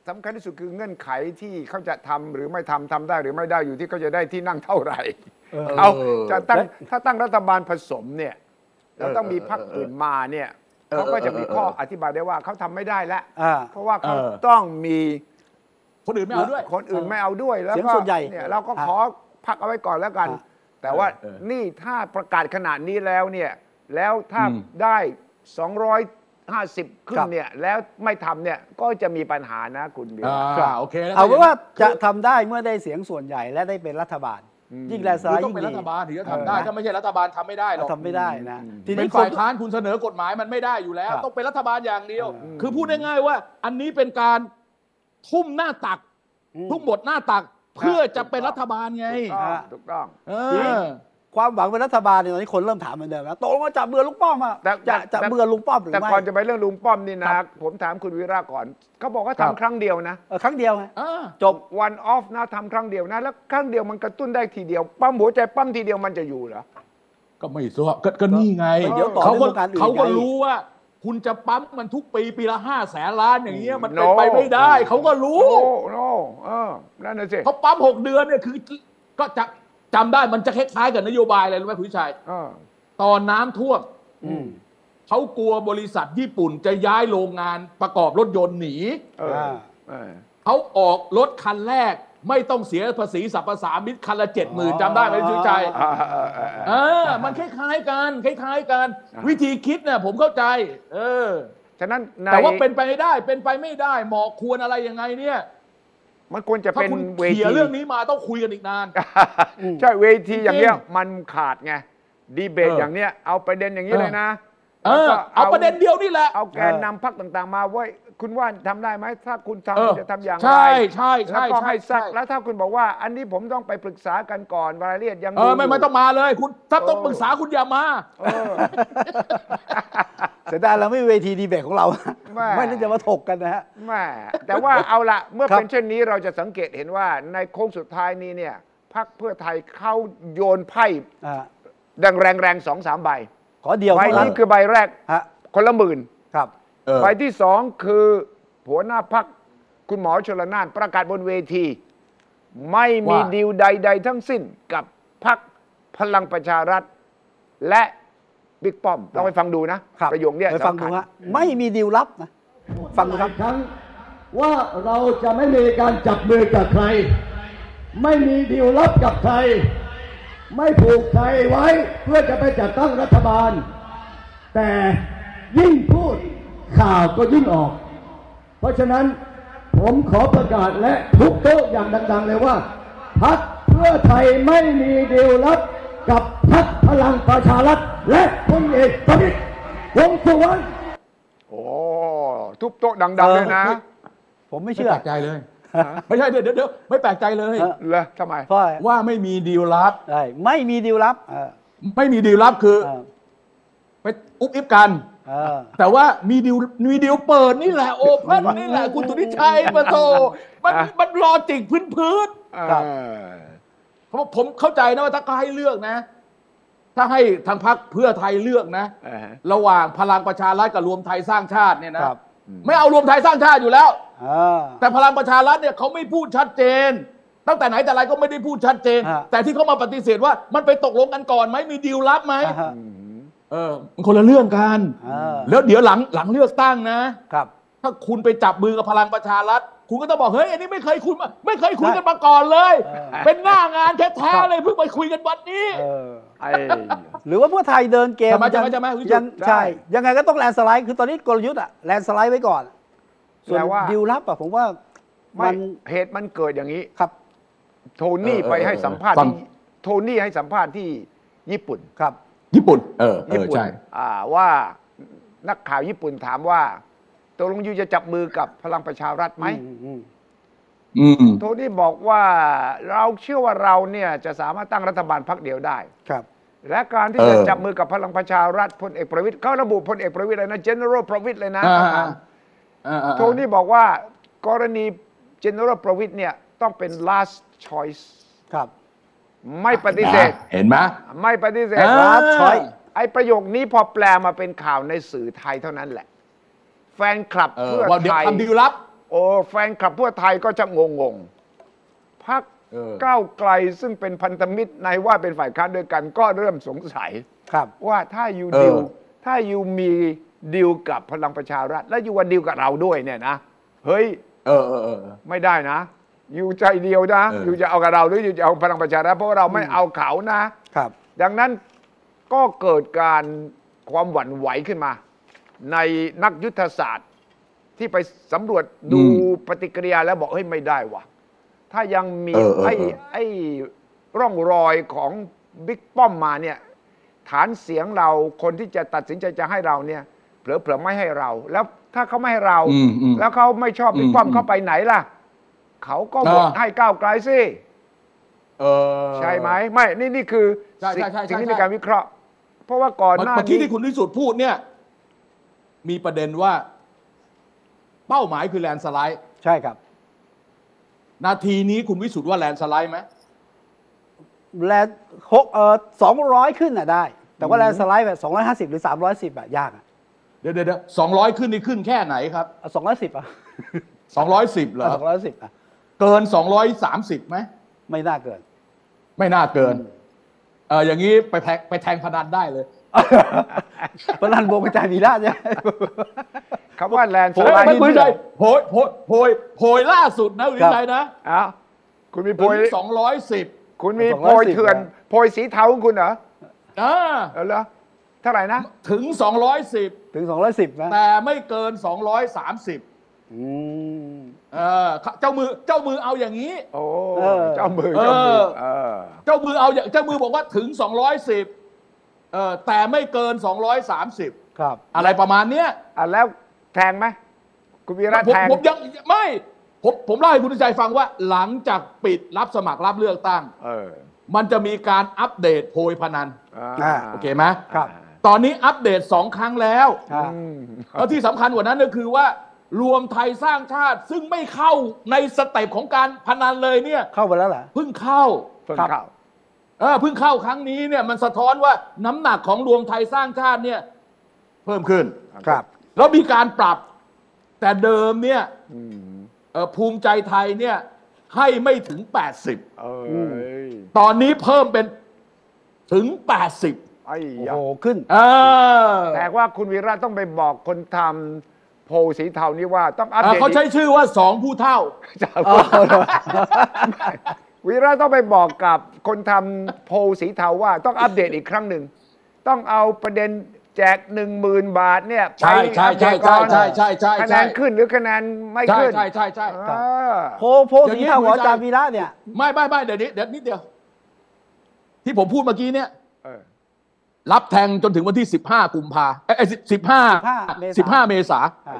สำคัญที่สุดคือเงื่อนไขที่เขาจะทำหรือไม่ทำทำได้หรือไม่ได้อยู่ที่เขาจะได้ที่นั่งเท่าไหร่ เออ เขาจะตั้ง และ ถ้าตั้งรัฐบาลผสมเนี่ยแล้วต้องมีพรรคอื่นมาเนี่ยเขาก็จะมีข้ออธิบายได้ว่าเขาทำไม่ได้แล้ว อ่า เพราะว่าเขา เออ ต้องมี คนอื่นไม่เอาด้วย คนอื่นไม่เอาด้วยแล้ว เสียง ก็ ส่วนใหญ่ เนี่ยเราก็ อ่ะ ขอพักเอาไว้ก่อนแล้วกัน อ่ะ แต่ว่า เออเออ นี่ถ้าประกาศขนาดนี้แล้วเนี่ยแล้วถ้า อืม ได้ 250 ขึ้นเนี่ยแล้วไม่ทำเนี่ยก็จะมีปัญหานะคุณเบียร์ อ่า ครับ โอเคนะ เอาเป็นว่าจะทำได้เมื่อได้เสียงส่วนใหญ่และได้เป็นรัฐบาล ยิ่งแลนด์ส คือ ไลด์คือต้อง ยิ่งดีเป็นรัฐบาลถึงจะทำได้ ถ้าไม่ใช่รัฐบาลทำไม่ได้หรอก ทำไม่ได้นะ ที เป็ นี้ น คน ฝ่ายค้านคุณเสนอกฎหมายมันไม่ได้อยู่แล้ว ครับ ต้องเป็นรัฐบาลอย่างเดียว คือพูดง่ายๆว่า อันนี้เป็นการทุ่มหน้าตัก ทุ่มบทหน้าตักเพื่อจะเป็นรัฐบาลไง ถูกต้อง ฮะ ถูกต้อง เออ ความหวังเป็นรัฐบาลเนี่ยตอนนี้คนเริ่มถามเหมือนเดิมแล้วตกลงว่าจะเบื่อลุงป้อมอ่ะ แต่ จะ แต่ จะเบื่อลุงป้อมหรือ แต่ ไม่ ก่อนจะไปเรื่องลุงป้อมนี่นะ ครับ ผมถามคุณวิระก่อนเขาบอกว่า ครับ ทำครั้งเดียวนะ เออครั้งเดียวไง อ่า จบ วันออฟนะทำครั้งเดียวนะแล้วครั้งเดียวมันกระตุ้นได้ทีเดียวปั๊มหัวใจปั๊มทีเดียวมันจะอยู่เหรอ ก็ไม่ทราบก็ก็นี่ไง เดี๋ยวต่อ เขาก็ เรื่องการอื่น เขาก็ ไง รู้ว่า คุณจะปั๊มมันทุกปีปีละห้าแสนล้านอย่างเงี้ยมันเป็น No ไปไม่ได้ เขาก็รู้ โอ้โนเออนั่นน่ะสิ เขาปั๊มหกเดือนเนี่ยคือก็จะจำได้มันจะคล้ายๆกับนโยบายอะไรรู้ไหมคุณวิชัย เออ ตอนน้ำท่วมเขากลัวบริษัทญี่ปุ่นจะย้ายโรงงานประกอบรถยนต์หนี เออเออ เขาออกรถคันแรก ไม่ต้องเสียภาษีสรรพสามิตคันละเจ็ดหมื่นจำได้ไหมคุณวิชัย อ่าอ่าอ่าอ่า เออมันคล้ายๆกันคล้ายๆกัน วิธีคิดเนี่ยผมเข้าใจ เออ ฉะนั้นใน แต่ว่าเป็นไปไม่ได้เป็นไปไม่ได้หมอควรอะไรยังไงเนี่ย มันควรจะ ถ้า เป็น คุณ เว เขี่ย ที เรื่องนี้มาต้องคุยกันอีกนาน ใช่เวทีอย่างเนี้ย จริง มันขาดไงดีเบต เออ อ อ ย่างเนี้ยเอาประเด็นอย่างนี้เลยนะ เอ แล้ว อ ก็ เอาประเด็นเดียวนี่แหละ เอาแกนนำพักต่างๆ มาไว้ยคุณว่าทำได้ไหมถ้าคุณ เออ ทำจะทำอย่างไร ใช่ใช่ แล้ว ใช่ ก็ ใช่ ให้ซัก ใช่ แล้วถ้าคุณบอกว่า อันนี้ผมต้องไปปรึกษากันก่อนรายละเอียดยัง เออไม่ไม่ต้องมาเลย คุณถ้าต้องปรึกษาคุณอย่ามา เออ เสียดายเราไม่มีเวทีดีเบตของเรา แม่ ไม่ได้จะมาถกกันนะฮะ แม่แต่ว่าเอาละเมื่อ ครับ เป็นเช่นนี้เราจะสังเกตเห็นว่าในโค้งสุดท้ายนี้เนี่ยพักเพื่อไทยเขาโยนไพ่ อ่า ดังแรงๆสองสามใบ ขอเดียว ใบ เท่านั้ นี้ น คือใบแรก ฮะ คนละหมื่น ครับ ใบที่สองคือหัวหน้าพักคุณหมอชลนานประกาศบนเวที ไม่มี ว่า ดีลใด ๆ ทั้งสิ้นกับพักพลังประชารัฐ และบิ๊กป้อมลองไปฟังดูนะ ครับ ประโยคเนี้ย ไปฟัง สำ ดู คัญ ฮะไม่มีดีลลับนะฟังดู ห ค ลา รับ ยครั้งว่าเราจะไม่มีการจับมือกับใคร ไม่มีดีลลับกับใคร ไม่ผูกใจไว้เพื่อจะไปจัดตั้งรัฐบาล แต่ยิ่งพูดข่าวก็ยิ่งออก เพราะฉะนั้นผมขอประกาศและทุกโต๊ะอย่างดัง ๆ เลยว่าพักเพื่อไทยไม่มีดีลลับกับพักพลังประชารัฐและพลเอกประวิตยวงษ์สุวรรณ โอ้ทุบโต๊ะดังๆเลยนะ ผมไม่ ไม่ เชื่อ แปลกใจเลยไม่ใช่เดี๋ยวเดี๋ยวเดี๋ยวไม่แปลกใจเลย เหรอทำไม เพราะ ว่าไม่มีดีลลับ ใช่ไม่มีดีลลับเออ ไม่มีดีลลับคือ เออ ไปอุบอิบกัน เออ แต่ว่ามีดิวมีดิวเปิดนี่แหละโอเพ่นนี่แหละคุณตุนิชัยมาโตมัน อ่ะ มันลอจิกพื้นพื้น ครับ เออ ๆเพราะผมเข้าใจนะว่าถ้าเขาให้เลือกนะ ถ้าให้ทางพรรคเพื่อไทยเลือกนะ อ่าฮะ ระหว่างพลังประชารัฐกับรวมไทยสร้างชาติเนี่ยนะครับ ไม่เอารวมไทยสร้างชาติอยู่แล้ว เออ แต่พลังประชารัฐเนี่ยเขาไม่พูดชัดเจน ตั้งแต่ไหนแต่ไรก็ไม่ได้พูดชัดเจน ฮะ แต่ที่เขามาปฏิเสธว่ามันไปตกลงกันก่อนไหมมีดีลลับไหม อ่าฮะ เออมันคนละเรื่องกัน เออ แล้วเดี๋ยวหลังหลังเลือกตั้งนะ ครับ ถ้าคุณไปจับมือกับพลังประชารัฐ คุณก็ต้องบอก เฮ้ย อันนี้ไม่เคยคุยมาไม่เคยคุยกันมาก่อนเลย เออ เป็นหน้างานแท้ๆเลยเพิ่งไปคุยกันวันนี้ เออ ไอ้ หรือว่าเพื่อไทยเดินเกม ทำไมทำไม ยัง ทำไมคุณจุ๊บ ยัง ใช่ ใช่ ยังไงก็ต้องแลนด์สไลด์ คือตอนนี้กลยุทธ์อะแลนด์สไลด์ไว้ก่อน ส่วน แปลว่า ดิวลับอะผมว่า ไม่ มัน เหตุมันเกิดอย่างนี้ ครับ โทเอนี่อเออ ไปให้สัมภาษณ์ ฟัง ที่โทนี่ให้สัมภาษณ์ที่ญี่ปุ่น ครับ ญี่ปุ่น เออเอ ญี่ อ ปุ่น ใช่ อ่าว่านักข่าวญี่ปุ่นถามว่าตกลงยูจะจับมือกับพลังประชารัฐไหม อืมอืม อืม โทนี่บอกว่าเราเชื่อว่าเราเนี่ยจะสามารถตั้งรัฐบาลพรรคเดียวได้ ครับ และการที่ เออ จะจับมือกับพลังประชารัฐพลเอกประวิตยเขาระบุพลเอกประวิตยเลยนะ general ประวิตยเลยนะ อ่า เขาถาม อ่าๆๆ โทนี่บอกว่ากรณี general ประวิตยเนี่ยต้องเป็น last choice ครับ ไม่ปฏิเสธ เห็นไหม ไม่ปฏิเสธ อ่า บช้อยไอ้ประโยคนี้พอแปลมาเป็นข่าวในสื่อไทยเท่านั้นแหละ แฟนคลับ เออ เพื่อ ว่าเดี๋ยว ไทย ทำดีลลับ โอ้แฟนคลับเพื่อไทยก็จะงงงๆพัก เออ ก้าวไกลซึ่งเป็นพันธมิตรในว่าเป็นฝ่ายค้านด้วยกันก็เริ่มสงสัย ครับ ว่าถ้ายู เออ ดิวถ้ายูมีดิวกับพลังประชารัฐ และยูวันดิวกับเราด้วยเนี่ยนะ เฮ้ย เออเออเออ ไม่ได้นะ อยู่ใจเดียวนะ เอออ ยู่จะเอากับเราหรืออยู่จะเอาพลังประชารัฐเพราะว่าเราไม่เอาเขานะ ครับ ดังนั้นก็เกิดการความหวั่นไหวขึ้นมา ในนักยุทธศาสตร์ ที่ไปสำรวจดู อื ปฏิกิริยาแล้วบอกเฮ้ยไม่ได้วะถ้ายังมี เออเออ ไอ้ เออ ไอ้ร่องรอยของบิ๊กป้อมมาเนี่ยฐานเสียงเราคนที่จะตัดสินใจจะให้เราเนี่ยเผลอๆไม่ให้เรา แล้วถ้าเขาไม่ให้เรา อืมอืม แล้วเขาไม่ชอบบิ๊กป้อม อืม เขาไปไหนล่ะ เขาก็โหวต อ่า ให้ก้าวไกลสิ เออ ใช่ไหมไม่นี่นี่คือ ใช่ สิ่ง ใช่ใช่ สิ่งที่ ใช่ มีการวิเคราะห์ เพราะว่าก่อนห เมื่อ น้า เมื่อกี้ นี้ ที่คุณวิสุทธ์พูดเนี่ย มีประเด็นว่า เป้าหมายคือแลนด์สไลด์ ใช่ครับ นาทีนี้คุณวิสุทธ์ว่าแลนด์สไลด์ไหม แลนด์หกเอ่อสองร้อยขึ้นน่ะได้ แต่ว่าแลนด์สไลด์แบบสองร้อยห้าสิบ250 หรือสามร้อยสิบอะยากอะ เดี๋ยวเดี๋ยวสองร้อยขึ้นนี่ขึ้นแค่ไหนครับ สองร้อยสิบอะ สองร้อยสิบเหรอ สองร้อยสิบอะ เกินสองร้อยสามสิบไหม ไม่น่าเกิน ไม่น่าเกิน เอออย่างนี้ไปแทงไปแทงพนันได้เลย ประนันวงกระจาย วีระใช่ไหม คำว่าแลนด์ โพ ส ย ไลด์ ไม่คุยใจ เนี่ย โพยโพยโพยโพยล่าสุดนะวิจัยนะ อ้าวคุณมีโพย สองร้อยสิบ คุณมี สองร้ โพ อย ย สิบ เถื่อน นะ โพยสีเทาของคุณเหรอ อ่า เออเหรอเท่าไหร่นะ ถึงสองร้อยสิบ ถึงสองร้อยสิบนะ แต่ไม่เกินสองร้อยสามสิบ อืม เออเจ้ามือเจ้ามือเอาอย่างนี้ โอ้ เออ เจ้ามือ เออ เจ้ามือเจ้ามือเออเอาอย่างเจ้ามือบอกว่าถึงสองร้อยสิบเออแต่ไม่เกินสองร้อยสามสิบ ครับ อะไรประมาณเนี้ย อ่ะแล้วแทงไหมคุณวีระ ผม แทง ผมยังไม่ผมผมเล่าให้คุณวิจัยฟังว่าหลังจากปิดรับสมัครรับเลือกตั้ง เออ มันจะมีการอัปเดตโพยพนัน อ่า โอเคไหม ครับ ตอนนี้อัปเดตสองครั้งแล้ว อ่า อืม แล้วที่สำคัญกว่านั้นก็คือว่า รวมไทยสร้างชาติซึ่งไม่เข้าในสเต็ปของการพนันเลยเนี่ย เข้าไปแล้วเหรอ เพิ่งเข้า เพิ่ง ครับ เข้า เออเพิ่งเข้าครั้งนี้เนี่ยมันสะท้อนว่าน้ำหนักของรวมไทยสร้างชาติเนี่ยเพิ่มขึ้น ครับ แล้วมีการปรับ แต่เดิมเนี่ย อืม เอ่อภูมิใจไทยเนี่ยให้ไม่ถึง 80 เอ้ย ตอนนี้เพิ่มเป็นถึง 80 ไอ้ โอ้ ยา โหขึ้น เออ แต่ว่าคุณวีระต้องไปบอกคนทำโพลสีเทานี่ว่าต้องอัป อ่ะ เดต เขาใช้ชื่อว่าสองผู้เท่า จาก วีระต้องไปบอกกับคนทำโพลสีเทาว่าต้องอัปเดตอีกครั้งหนึ่ง ต้องเอาประเด็นแจกหนึ่งหมื่นบาทเนี่ยไป ใช่ใช่ อัปเดต ใช่ ก่อน ใช่ใช่ใช่ใช่ คะแนนขึ้นหรือคะแนนไม่ ใช่ ขึ้น ใช่ใช่ใช่ อ่า โพลโพล เดี๋ยว สี นี้ เทาของ คุณอาวิชัย จารย์วีระเนี่ย ไม่ไม่ไม่เดี๋ยวนี้เดี๋ยวนิดเดียว ที่ผมพูดเมื่อกี้เนี่ย เออ รับแทงจนถึงวันที่ 15 กุมภาเอ้ย15 15 15 เมษา อ่ะ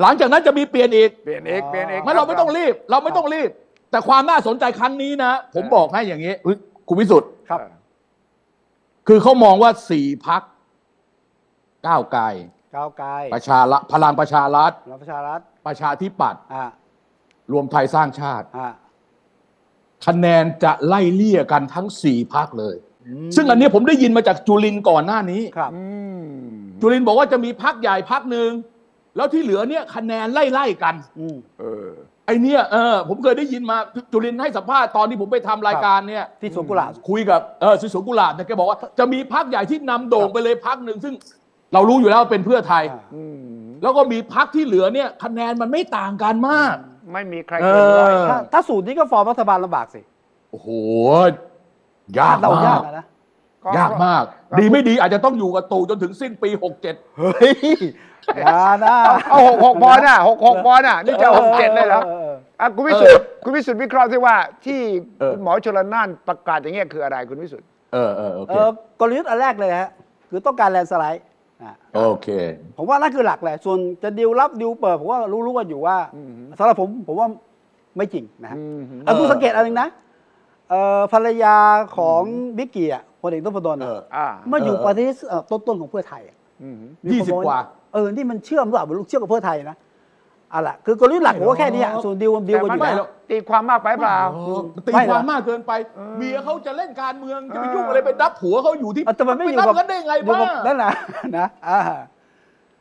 หลังจากนั้นจะมีเปลี่ยนอีก เปลี่ยนเอกเปลี่ยนเอก ไม่เราไม่ต้องรีบ เราไม่ต้องรีบ แต่ความน่าสนใจครั้งนี้นะ ผมบอกให้อย่างนี้อุ๊ยคุณวิสุทธิ์ ครับ คือเขามองว่าสี่พักก้าวไกล ก้าวไกล ประชาละพลังประชารัฐ รัฐประชารัฐ ประชาธิปัตย์ อ่ะ รวมไทยสร้างชาติ อ่ะ คะแนนจะไล่เลี่ยกันทั้งสี่พักเลย ซึ่งอันนี้ผมได้ยินมาจากจุลินก่อนหน้านี้ ครับ จุลินบอกว่าจะมีพักใหญ่พักหนึ่ง แล้วที่เหลือเนี่ยคะแนนไล่ๆกัน อืม เออ ไอเนี่ยเออผมเคยได้ยินมาจุลินให้สัมภาษณ์ตอนที่ผมไปทำรายการเนี่ย ที่สวนกุหลาบ คุยกับเออสุสวนกุหลาบเนี่ยแกบอกว่าจะมีพักใหญ่ที่นำโด่งไปเลยพักหนึ่งซึ่งเรารู้อยู่แล้วว่าเป็นเพื่อไทย อ่า อืม แล้วก็มีพักที่เหลือเนี่ยคะแนนมันไม่ต่างกันมาก ไม่มีใครเกินร้อย เออ ถ้าถ้าสูตรนี้ก็ฟอร์มรัฐบาลลำบากสิ โอ้โหยาก เดาายมาก ก อะนะ ยากมาก ดีไม่ดีอาจจะต้องอยู่กับตู่จนถึงสิ้นปี 67 เฮ้ยอย่านะ เอาหกหกบอลน่ะหกหกบอลน่ะ นี่จะหกเจ็ดเลยเหรอ ออ อ่ะคุณวิสุทธิ์คุณวิสุทธิ์วิเคราะห์ที่ว่าที่ เออ คุณหมอชลน่านประกาศอย่างเงี้ยคืออะไรคุณวิสุทธิ์ เออเออโอ เอ เค อกลยุทธ์อันแรกเลยนะฮะคือต้องการแลนด์สไลด์อ่ะ โอเค ผมว่านั่นคือหลักแหละ ส่วนจะดิวรับดิวเปิดผมว่ารู้ๆกันอยู่ว่าสำหรับผมผมว่าไม่จริงนะฮะ อืม เออคุณสังเกตอันหนึงนะเอ่อภรรยาของบิ๊กเกียพลเอกนพดล เออ อ่า เมื่ออยู่ เออ ปาร์ตี้ลิสต์เอ่อต้นๆของเพื่อไทยอะ อืม มีคนบ20อว่ กว่า เออนี่มันเชื่อมหรือเปล่าไม่รู้เชื่อมกับเพื่อไทยนะเอ่ะล่ะคือกลยุทธ์หลักผมว่าแค่นี้อะส่วนดิวดิว แต่ กัน มั อน ยู่ ไม่ แล้ว ตีความมากไปเปล่า โอ้โหตี ไม่เหรอ ความมากเกินไป เมียเขาจะเล่นการเมืองจะไปยุ่งอะไร เออ ไปดับผัวเขาอยู่ที่ ะแต่มันไม่อยู่ ป กั ดั บบ กันได้ไง อยู่ บ้า กับนั่นนะ นะอ่า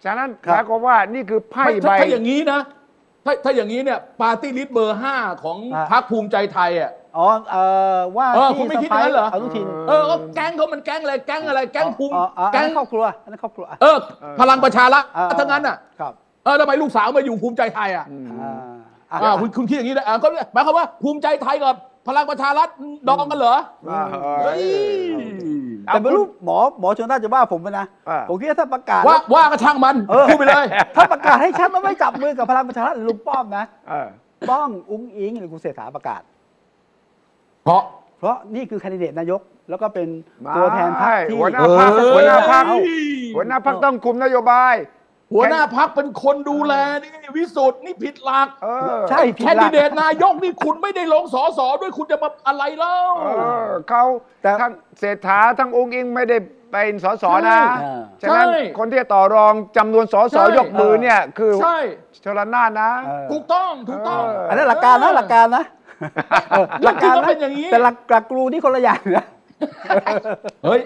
ฉะนั้น ครับ หมายความว่านี่คือไพ่ ไม่ ใบ ถ้าถ้าอย่างนี้นะ ถ้าถ้าอย่างนี้เนี่ยปาร์ตี้ลิสต์เบอร์ห้าของ อ่ะ พรรคภูมิใจไทยอ่ะ อ๋อเอ่อว่า เออคุ ที่ ณไม่ สะ คิดอ พ้า ย่างนั้ ย นเหรอ นุทิน เออก็แก๊งเขามันแก๊งอะไรแก๊งอะไรแก๊งภูมิ อ๋ออ๋ออัน แก๊ง นั้นครอบครัวอันนั้นครอบครัว เออ พลังประชารัฐ อ่า ทั้งนั้นอ่ะ ครับ เออทำไมลูกสาวมาอยู่ภูมิใจไทยอ่ะ อ่าอ่ะ อ่าคุณคุณคิดอย่างนี้นะอ่าก็หมายความว่าภูมิใจไทยกับพลังประชารัฐดองกันเหรอ อ่า เฮ้ย แต่ไม่รู้หมอหมอชนน่านจะว่าผมไหมนะ อ่า ผมคิดว่าถ้าประกาศ ว่าว่ากระช่างมัน เออ พูดไปเลย ถ้าประกาศให้ชัดว่าไม่จับมือกับพลังประชารัฐหรือลุงป้อมนะ เออ ต้องอุ้งอิงหรือคุณเศรษฐาประกาศ เพราะ เพราะนี่คือแคนดิเดตนายก แล้วก็เป็นตัวแทนพรรคที่ หัวหน้าพรรค เออ หัวหน้าพรรคหัวหน้าพรรคต้องคุมนโยบาย หัวหน้าพักเป็นคนดูแลนี่วิสุทธ์นี่ผิดหลัก เออ ใช่ผิด แคน หลั ดิ ก เดตนายกนี่คุณไม่ได้ลงสอสอด้วยคุณจะมาอะไรเล่า เออเขา แต่ ทั้งเศรษฐาทั้งองค์อิงไม่ได้เป็นสสนะ ใช่ ฉะนั้น ใช่ คนที่จะต่อรองจำนวนสส ใช่ ยกมือเนี่ย คือ ใช่ ชลน่านนะ เออ ถูกต้องถูกต้อง เ อันนั้นหลักการนะหลักการนะ หลักการก็เป็นอย่างนี้ แต่หลักหลักกรูนี่คนละอย่างนะ เฮ้ย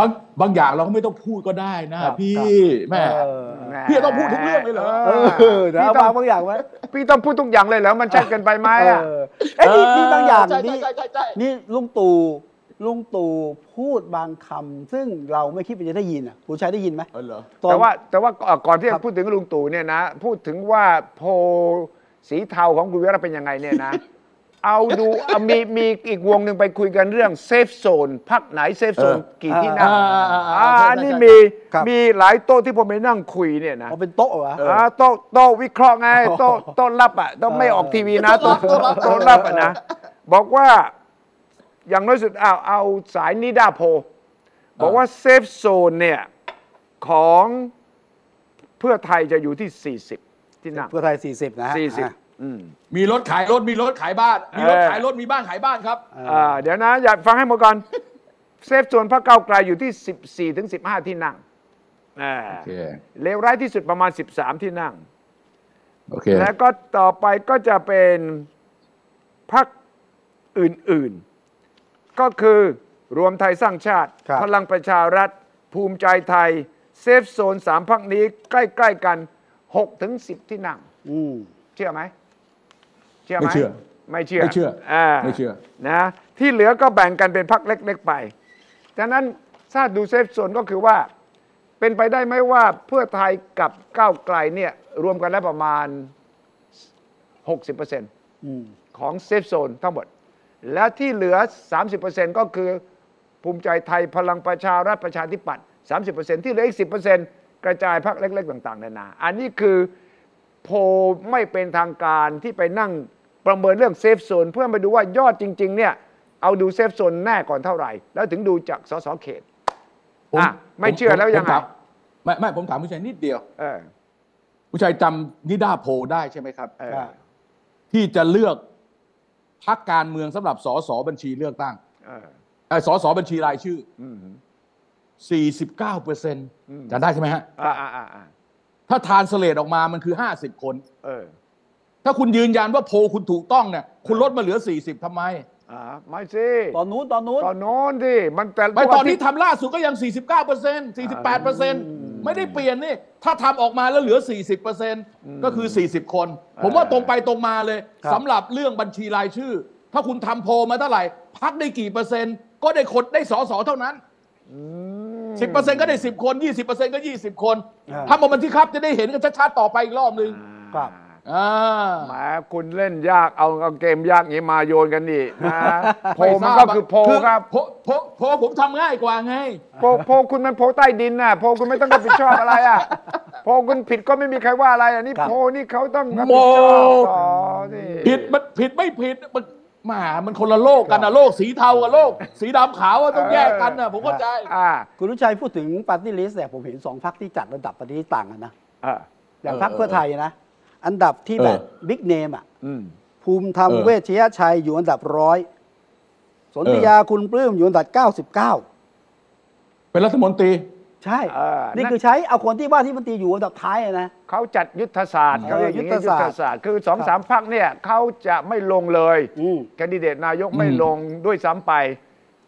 บางบางอย่างเราก็ไม่ต้องพูดก็ได้นะครับ พี่แม่ เออ แหม พี่จะต้องพูดทุกเรื่องเลยเหรอ เออนะ พี่ เอา ต้ วา อง งบางอย่างไว้ พี่ต้องพูดทุกอย่างเลยเหรอมันชัดเกินไปไหมอ่ะ เออเอ้ยนี่นี่เออบางอย่าง ใช่ นี่ ใช่ใช่ใช่ นี่ลุงตู่ลุงตู่พูดบางคำซึ่งเราไม่คิดว่าจะได้ยินอ่ะคุณชายได้ยินไหม เออเหรอ ตอน แต่ว่าแต่ว่าก่อนก่อนที่ ครั จะ บ พูดถึงลุงตู่เนี่ยนะ พูดถึงว่าโพลสีเทาของคุณวิระเป็นยังไงเนี่ยนะ เอาดูเอามีมีอีกวงหนึ่งไปคุยกันเรื่องเซฟโซนพักไหนเซฟโซน เออ กี่ที่นั่ง อ่าอ่าอ่า อ่า ใช่ อันนี้ ใช่ มี ครับ มีหลายโต๊ะที่ผมไปนั่งคุยเนี่ยนะ เอาเป็นโต๊ะเหรอ เออ าโต๊ะโต๊ะวิเคราะห์ไงโต๊ะโต๊ะลับอ่ะต้องไม่ออกทีวีนะโต๊ะ โต๊ะลับ โต๊ะลับอ่ะนะบอกว่าอย่างน้อยสุดเอาเอาสายนิดาโพลบอกว่าเซฟโซนเนี่ยของเพื่อไทยจะอยู่ที่ 40 ที่นั่ง เพื่อไทย 40 นะฮะอ่ะ 40อืม มีรถขายรถมีรถขายบ้าน มีรถ เออ ขายรถมีบ้านขายบ้านครับ อ่าเดี๋ยวนะอยากฟังให้หมดก่อนเซฟโซนพระเก้าวไกลอยู่ที่ 14ถึง15 ที่นั่งอ่าเลวร้ายที่สุดประมาณ 13 ที่นั่ง โอเค แล้วก็ต่อไปก็จะเป็นพักอื่นๆ ก็คือรวมไทยสร้างชาติ ครับ พลังประชารัฐ ภูมิใจไทย เซฟโซนสามพักนี้ใกล้ๆกัน6ถึง10 ที่นั่ง อืม เชื่อไหมเชื่อไหม ไม่เชื่อ ไม่เชื่อ ไม่เชื่ออ่ า ไม่เชื่อ นะที่เหลือก็แบ่งกันเป็นพักเล็กๆไปดังนั้นถ้าดูเซฟโซนก็คือว่า เป็นไปได้ไหมว่าเพื่อไทยกับก้าวไกลเนี่ยรวมกันแล้วประมาณ 60% อืม ของเซฟโซนทั้งหมด และที่เหลือ 30%ก็คือภูมิใจไทยพลังประชารัฐประชาธิปัตย์30%ที่เหลืออีก 10%กระจายพรรคเล็ก ๆ ต่าง ๆ นานา อันนี้คือ โพลไม่เป็นทางการที่ไปนั่งประเมินเรื่องเซฟโซนเพื่อไปดูว่ายอดจริง ๆ เนี่ย เอาดูเซฟโซนแน่ก่อนเท่าไหร่ แล้วถึงดูจากสสเขต ผม อ่ะไม่เชื่อแล้วยังผมไงถามไม่ไม่ผมถามผู้ชายนิดเดียว เออ ผู้ชายจำนิด้าโพลได้ใช่ไหมครับ เออ ครับ ที่จะเลือกพักการเมืองสำหรับสสบัญชีเลือกตั้ง เออ เอ่อสสบัญชีรายชื่อ อืม 49เปอร์เซ็นต์ ม จำได้ใช่ไหมฮะ อ่าอ่าอ่าอ่า ถ้าทานสเลดออกมามันคือ 50 คน เออ ถ้าคุณยืนยันว่าโพลคุณถูกต้องเนี่ยคุณลดมาเหลือ 40ทำไม อ่าไม่สิ ตอนนู้นตอนนู้น ตอนโน้นดิมันแต่ ไม่ตอนนี้ ที่ ทำล่าสุดก็ยัง 49เปอร์เซ็นต์48เปอร์เซ็นต์ไม่ได้เปลี่ยนนี่ ถ้าทำออกมาแล้วเหลือ 40เปอร์เซ็นต์ก็คือ 40 คน ผมว่าตรงไปตรงมาเลย ครับ สำหรับเรื่องบัญชีรายชื่อ ถ้าคุณทำโพลมาเท่าไหร่ พักได้กี่เปอร์เซ็นต์ ก็ได้คนได้สอสอเท่านั้น 10%ก็ได้ 10 คน 20%ก็ 20 คน อ่า ทำออกมาที่ครับจะได้เห็นกันชัดๆต่อไปอีกรอบหนึ่ง ครับ อ่า แหมคุณเล่นยากเอาเอาเกมยากอย่างนี้มาโยนกันนี่นะโพลมันก็คือโพลครับ โพลโพลโพลผมทำง่ายกว่าไง โพลโพลคุณมันโพลใต้ดินน่ะโพลคุณไม่ต้องรับผิดชอบอะไรอ่ะโพลคุณผิดก็ไม่มีใครว่าอะไรอันนี้ ครับ โพลนี่เขาต้องรับผิดชอบ โม ต่อนี่ ผิดมันผิดไม่ผิดมันแหมามันคนละโลกกันนะโลกสีเทากับโลก สีดำขาวอะต้องแยกกันนะผมเข้าใจ อ่า คุณรุชัยพูดถึงปาร์ตี้ลิสต์เนี่ยผมเห็นสองพักที่จัดระดับปาร์ตี้ลิสต์ต่างกันนะ อ่า อย่าง เออ พักเพื่อไทยนะ อันดับที่ เออ แบบบิ๊กเนมอ่ะ อืม ภูมิธรรม เออ เวชยชัยอยู่อันดับร้อยสนธิ เออ ยาคุณปลื้มอยู่อันดับเก้าสิบเก้า เป็นรัฐมนตรี ใช่ เออ นี่คือใช้เอาคนที่ว่าที่มันตรีอยู่อันดับท้ายอะนะ เขาจัดยุทธศาสตร์เขาเรียกอย่างนี้ เออยุ ยุ ทธทธ ศาสตร์ ศาสตร์คือสองสามพักเนี่ยเขาจะไม่ลงเลย อืม แคนดิเดตนายกไม่ อืม ลงด้วยซ้ำไป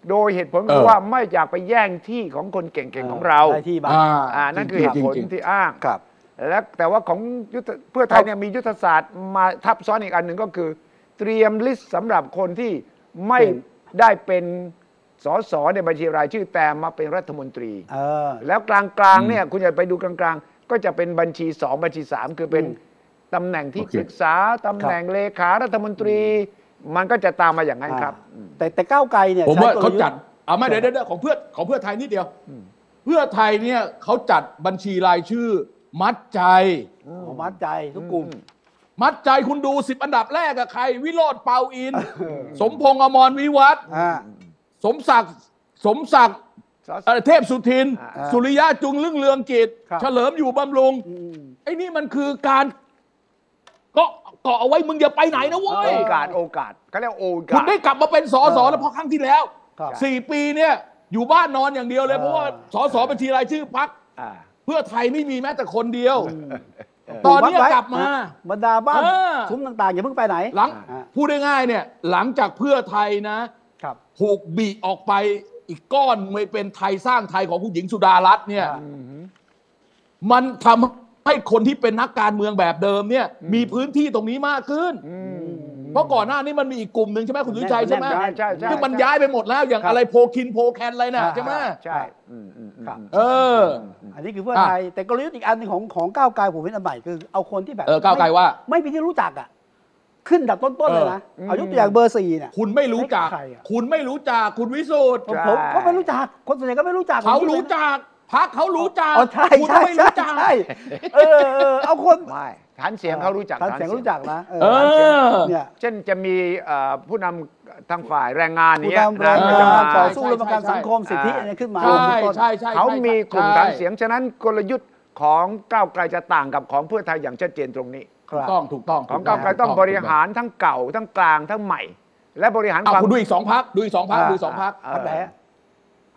โดยเหตุผล เอ คือ อ ว่าไม่อยากไปแย่งที่ของคนเก่งๆของเรา ได้ที่บ้าง อ่านั่นคือเหตุผล จริงๆ ที่อ้าง ครับ แล้วแต่ว่าของยุทธเพื่อไทยเนี่ยมียุทธศาสตร์มาทับซ้อนอีกอันหนึ่งก็คือ เตรียมลิสต์สำหรับคนที่ไม่ เป็น ได้เป็นสสในบัญชีรายชื่อแต่มาเป็นรัฐมนตรี เออ แล้วกลางๆเนี่ยคุณอย่าไปดูกลางๆ ก็จะเป็นบัญชีสองบัญชีสามคือเป็นตำแหน่งที่ โอเค ปรึกษาตำแหน่งเลขารัฐมนตรี มันก็จะตามมาอย่างนั้นครับ อ่าแต่แต่ก้าวไกลเนี่ย ผม ใช้ ว่าก ล เขา ยุทธ์ จัดเอาไม่เดี๋ยวเดี๋ยวเดี๋ยวของเพื่อของเพื่อไทยนิดเดียว เพื่อไทยเนี่ยเขาจัดบัญชีรายชื่อ มัดใจ ของมัดใจทุกกลุ่ม มัดใจคุณดูสิบอันดับแรกกับใคร วิโรธเปาอิน สมพงษ์อมรวิวัฒน์ อ่า สมศักดิ์สมศักดิ์ สส เอ่อเทพสุทิน อ่า สุริยะจุงเรื่องเรืองกิจ ครับ เฉลิมอยู่บำรุง อืม ไอ้นี่มันคือการเกาะเกาะเอาไว้มึงอย่าไปไหนนะเว้ย โอกาสโอกาสเขาเรียกโอกาส คุณได้กลับมาเป็นสอสอ เออ แล้วเพอครั้งที่แล้ว ครับ สี่ปีเนี่ยอยู่บ้านนอนอย่างเดียวเลย เออ เพราะว่าสอสอบัญชีรายชื่อพัก อ่า เพื่อไทยไม่มีแม้แต่คนเดียว ตอนเนี้ย วัดไว้ กลับมา นะบรรดาบ้าน เออ ซุ้มต่างๆ อย่าเพิ่งไปไหน หลัง อ่า พูดง่ายๆเนี่ยหลังจากเพื่อไทยนะครับ ถูกบีออกไปอีกก้อนไม่เป็นไทยสร้างไทยของคุณหญิงสุดารัตน์เนี่ย อ่า มันทำให้คนที่เป็นนักการเมืองแบบเดิมเนี่ย มีพื้นที่ตรงนี้มากขึ้น เพราะก่อนหน้านี้มันมีอีกกลุ่มหนึ่งใช่ไหมคุณสุชัย แน่ ใช่ น ไหม แน่น ใช่ใช่ใช่ ซึ่งมันย้ายไปหมดแล้วอย่าง ครับ อะไรโพคินโพแคนอะไรน่ะ อ่า ใช่ไหม ใช่อืมอืมอืม ครับ เออ อันนี้คือเพื่อ อ่ะ ไทย แต่กลยุทธ์อีกอันหนึงของของก้าวไกลผมเห็นอันใหม่คือเอาคนที่แบบ เออก้าวไกลว่า ไม่มีที่รู้จักอ่ะ ขึ้นอันดับต้นๆเลยนะ เออ เอายกตัวอย่างเบอร์สี่เนี่ย คุณไม่รู้จัก ใครอะ คุณไม่รู้จักคุณวิสุทธ์ ผมผมก็ไม่รู้จัก คนส่วนใหญ่ก็ไม่รู้จัก เขารู้จักพักเขารู้จัก อ๋อใช่ คุณ ใช่ ไม่ ใช่ รู้จัก ใช่เออเออเอาคน ไม่ฐานเสียงเขารู้จัก ฐานเสียงรู้จักนะเออ เออ เนี่ย เช่นจะมีเอ่อผู้นำทางฝ่ายแรงงาน ผู้ เนี้ย นำแร นะ ง ก็ งามจะาน ใช่ ต่อสู้ ใช่ เรื่องประกัน ใช่ สังคมสิทธิอะไรขึ้นมา ใช่ ต้น ใช่ใช่ เขามีกลุ่ม ใช่ ฐานเสียง ฉะนั้นกลยุทธ์ของก้าวไกลจะต่างกับของเพื่อไทยอย่างชัดเจนตรงนี้ ครั ถู บ กต้องถูกต้อง ของก้าวไกลต้องบริหารทั้งเก่าทั้งกลางทั้งใหม่ และบริหาร เอา ความ คุณดูอีกสองพักดูอีกสองพัก อ่า ดูอีกสองพัก อ่า พักไหนฮะ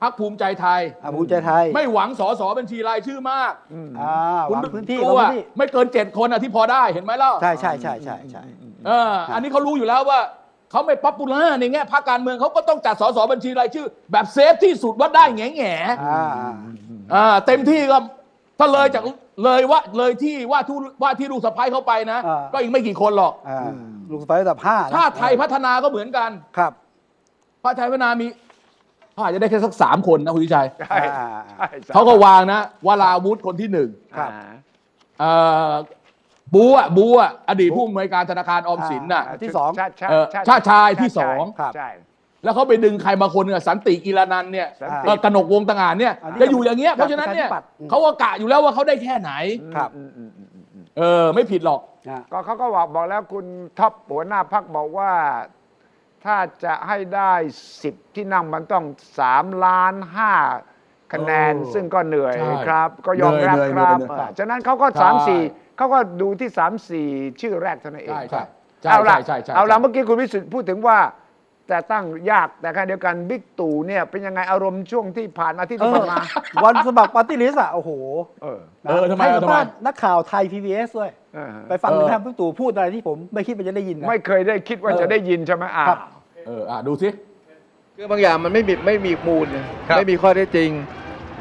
พักภูมิใจไทย อ่ะภูมิใจไทย ไม่หวังสอสอบัญชีรายชื่อมาก อ่า คุ วา ณ งพื้นที่ ดู วาง อะ พื้นที่ ไม่เกินเจ็ดคนอะที่พอได้เห็นไหมเล่า ใช่ใช่ใช่ใช่ใช่ เอออันนี้เขารู้อยู่แล้วว่าเขาไม่ป๊อปปูล่าในแง่พรรคการเมืองเขาก็ต้องจัดสสบัญชีรายชื่อ แบบเซฟที่สุดว่าได้แง่แง่ อ่าอ่า อ่าเต็มที่ก็ถ้าเลยจากเลยว่าเลยที่ว่าทูว่าที่ลูกสะพ้ายเข้าไปนะ อ่า ก็อีกไม่กี่คนหรอก อ่าลูกสไประดับห้านะ ชาติไทยพัฒนาก็เหมือนกัน ครับ ชาติไทยพัฒนามีเขาอาจจะได้แค่สักสามคนนะคุณวิชัย ใช่ อ่า ใช่ใช่ เขาก็วางนะวราวุธคนที่หนึ่ง ครับ อ่า เอ่อ บูอ่ะบูอ่ะอดีตผู้อำนวยการธนาคารออมสินน่ะ อ่า ที่สอง ชาติชาติ เอ่อชาติชายที่สอง ครับ ใช่ แล้วเขาไปดึงใครมาคนหนึ่งอะสันติกีรานันท์เนี่ย สันติ เอ่อกนกวงศ์ต่างหากเนี่ย อันนี้ จะอยู่อย่างเงี้ยเพราะฉะนั้นเนี่ย ประชาธิปัตย์อืม เขาก็กะอยู่แล้วว่าเขาได้แค่ไหน ครับ อืมอืมอืม เออ ไม่ผิดหรอก นะ ก็เขาก็บอกบอกแล้วคุณท็อปหัวหน้าพักบอกว่าถ้าจะให้ได้สิบที่นั่งมันต้องสามล้านห้าคะแนน โอ้ ซึ่งก็เหนื่อย ใช่ ครับ ก็ยอม เหนื่อย รับ เหนื่อยเหนื่อครับย เออฉะนั้นเขาก็ ใช่ สามสี่เขาก็ดูที่สามสี่ชื่อแรกเท่านั้นเอง ใช่ ค ใช่ใช่รับเอาละ ใช่ใช่ เอาละเมื่อกี้คุณวิสุทธิ์พูดถึงว่า แต่ตั้งยากแต่ขณะเดียวกันบิ๊กตู่เนี่ยเป็นยังไงอารมณ์ช่วงที่ผ่านมาที่ เอ ที่ อ ผ่านมา วันสมัครปาร์ตี้ลิสต์อ่ะ โอ้โห เออ นะ เออทำไม ให้ เออ สัม ทำไม ภาษณ์นักข่าวไทย PBS ด้วย เออ ไปฟัง เออ ท่านผู้ตู่พูดอะไรที่ผมไม่คิดว่าจะได้ยินนะ ไม่เคยได้คิดว่า เออ จะได้ยินใช่ไหมอ่า ครับ เอออ่ะดูสิ คือบางอย่างมันไม่มีไม่มีมูลนะไม่มีข้อเท็จจริง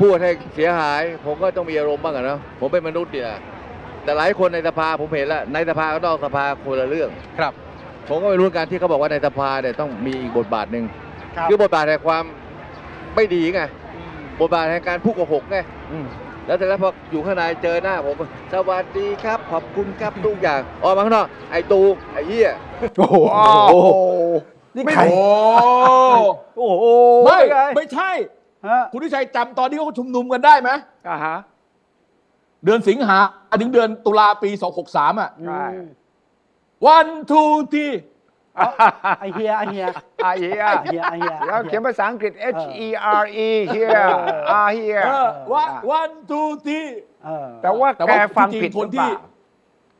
พูดให้เสียหาย ผมก็ต้องมีอารมณ์บ้างอะเนาะผมเป็นมนุษย์เนี่ยแต่หลายคนในสภาผมเห็นแล้วในสภาก็นอกสภาคนละเรื่อง ครับ ผมก็ไม่รู้การที่เขาบอกว่าในสภาเนี่ยต้องมีอีกบทบาทหนึ่งคือบทบาทแห่งความไม่ดีไงบทบาทแห่งการพูดโกหกไงแล้วแต่แล้วพออยู่ข้างในเจอหน้าผมสวัสดีครับ ขอบคุณครับทุกอย่างออกมาข้างนอกไอ้ตูไอ้เหี้ย โอ้โห โอ้โห นี่ ไม่ ใคร โอ้ โอ้โห ไม่ ง ไม่ใช่ ฮะ คุณทิชัยจำตอนที่เขาชุมนุมกันได้ไหม อ่าฮะ เดือนสิงหาถึงเดือนตุลาปี 263 อ่ะ ใช่ อืม วันทูที ไอเฮียไอเฮีย อ่าเฮีย ไอเฮียไอเฮีย แล้วเขียนภาษาอังกฤษ H E R E เฮีย เออ อ่าเฮีย วันวันทูที เออ แต่ว่า แต่ แก ว่า ฟัง จริงๆ ผิด คนที่ หรือเปล่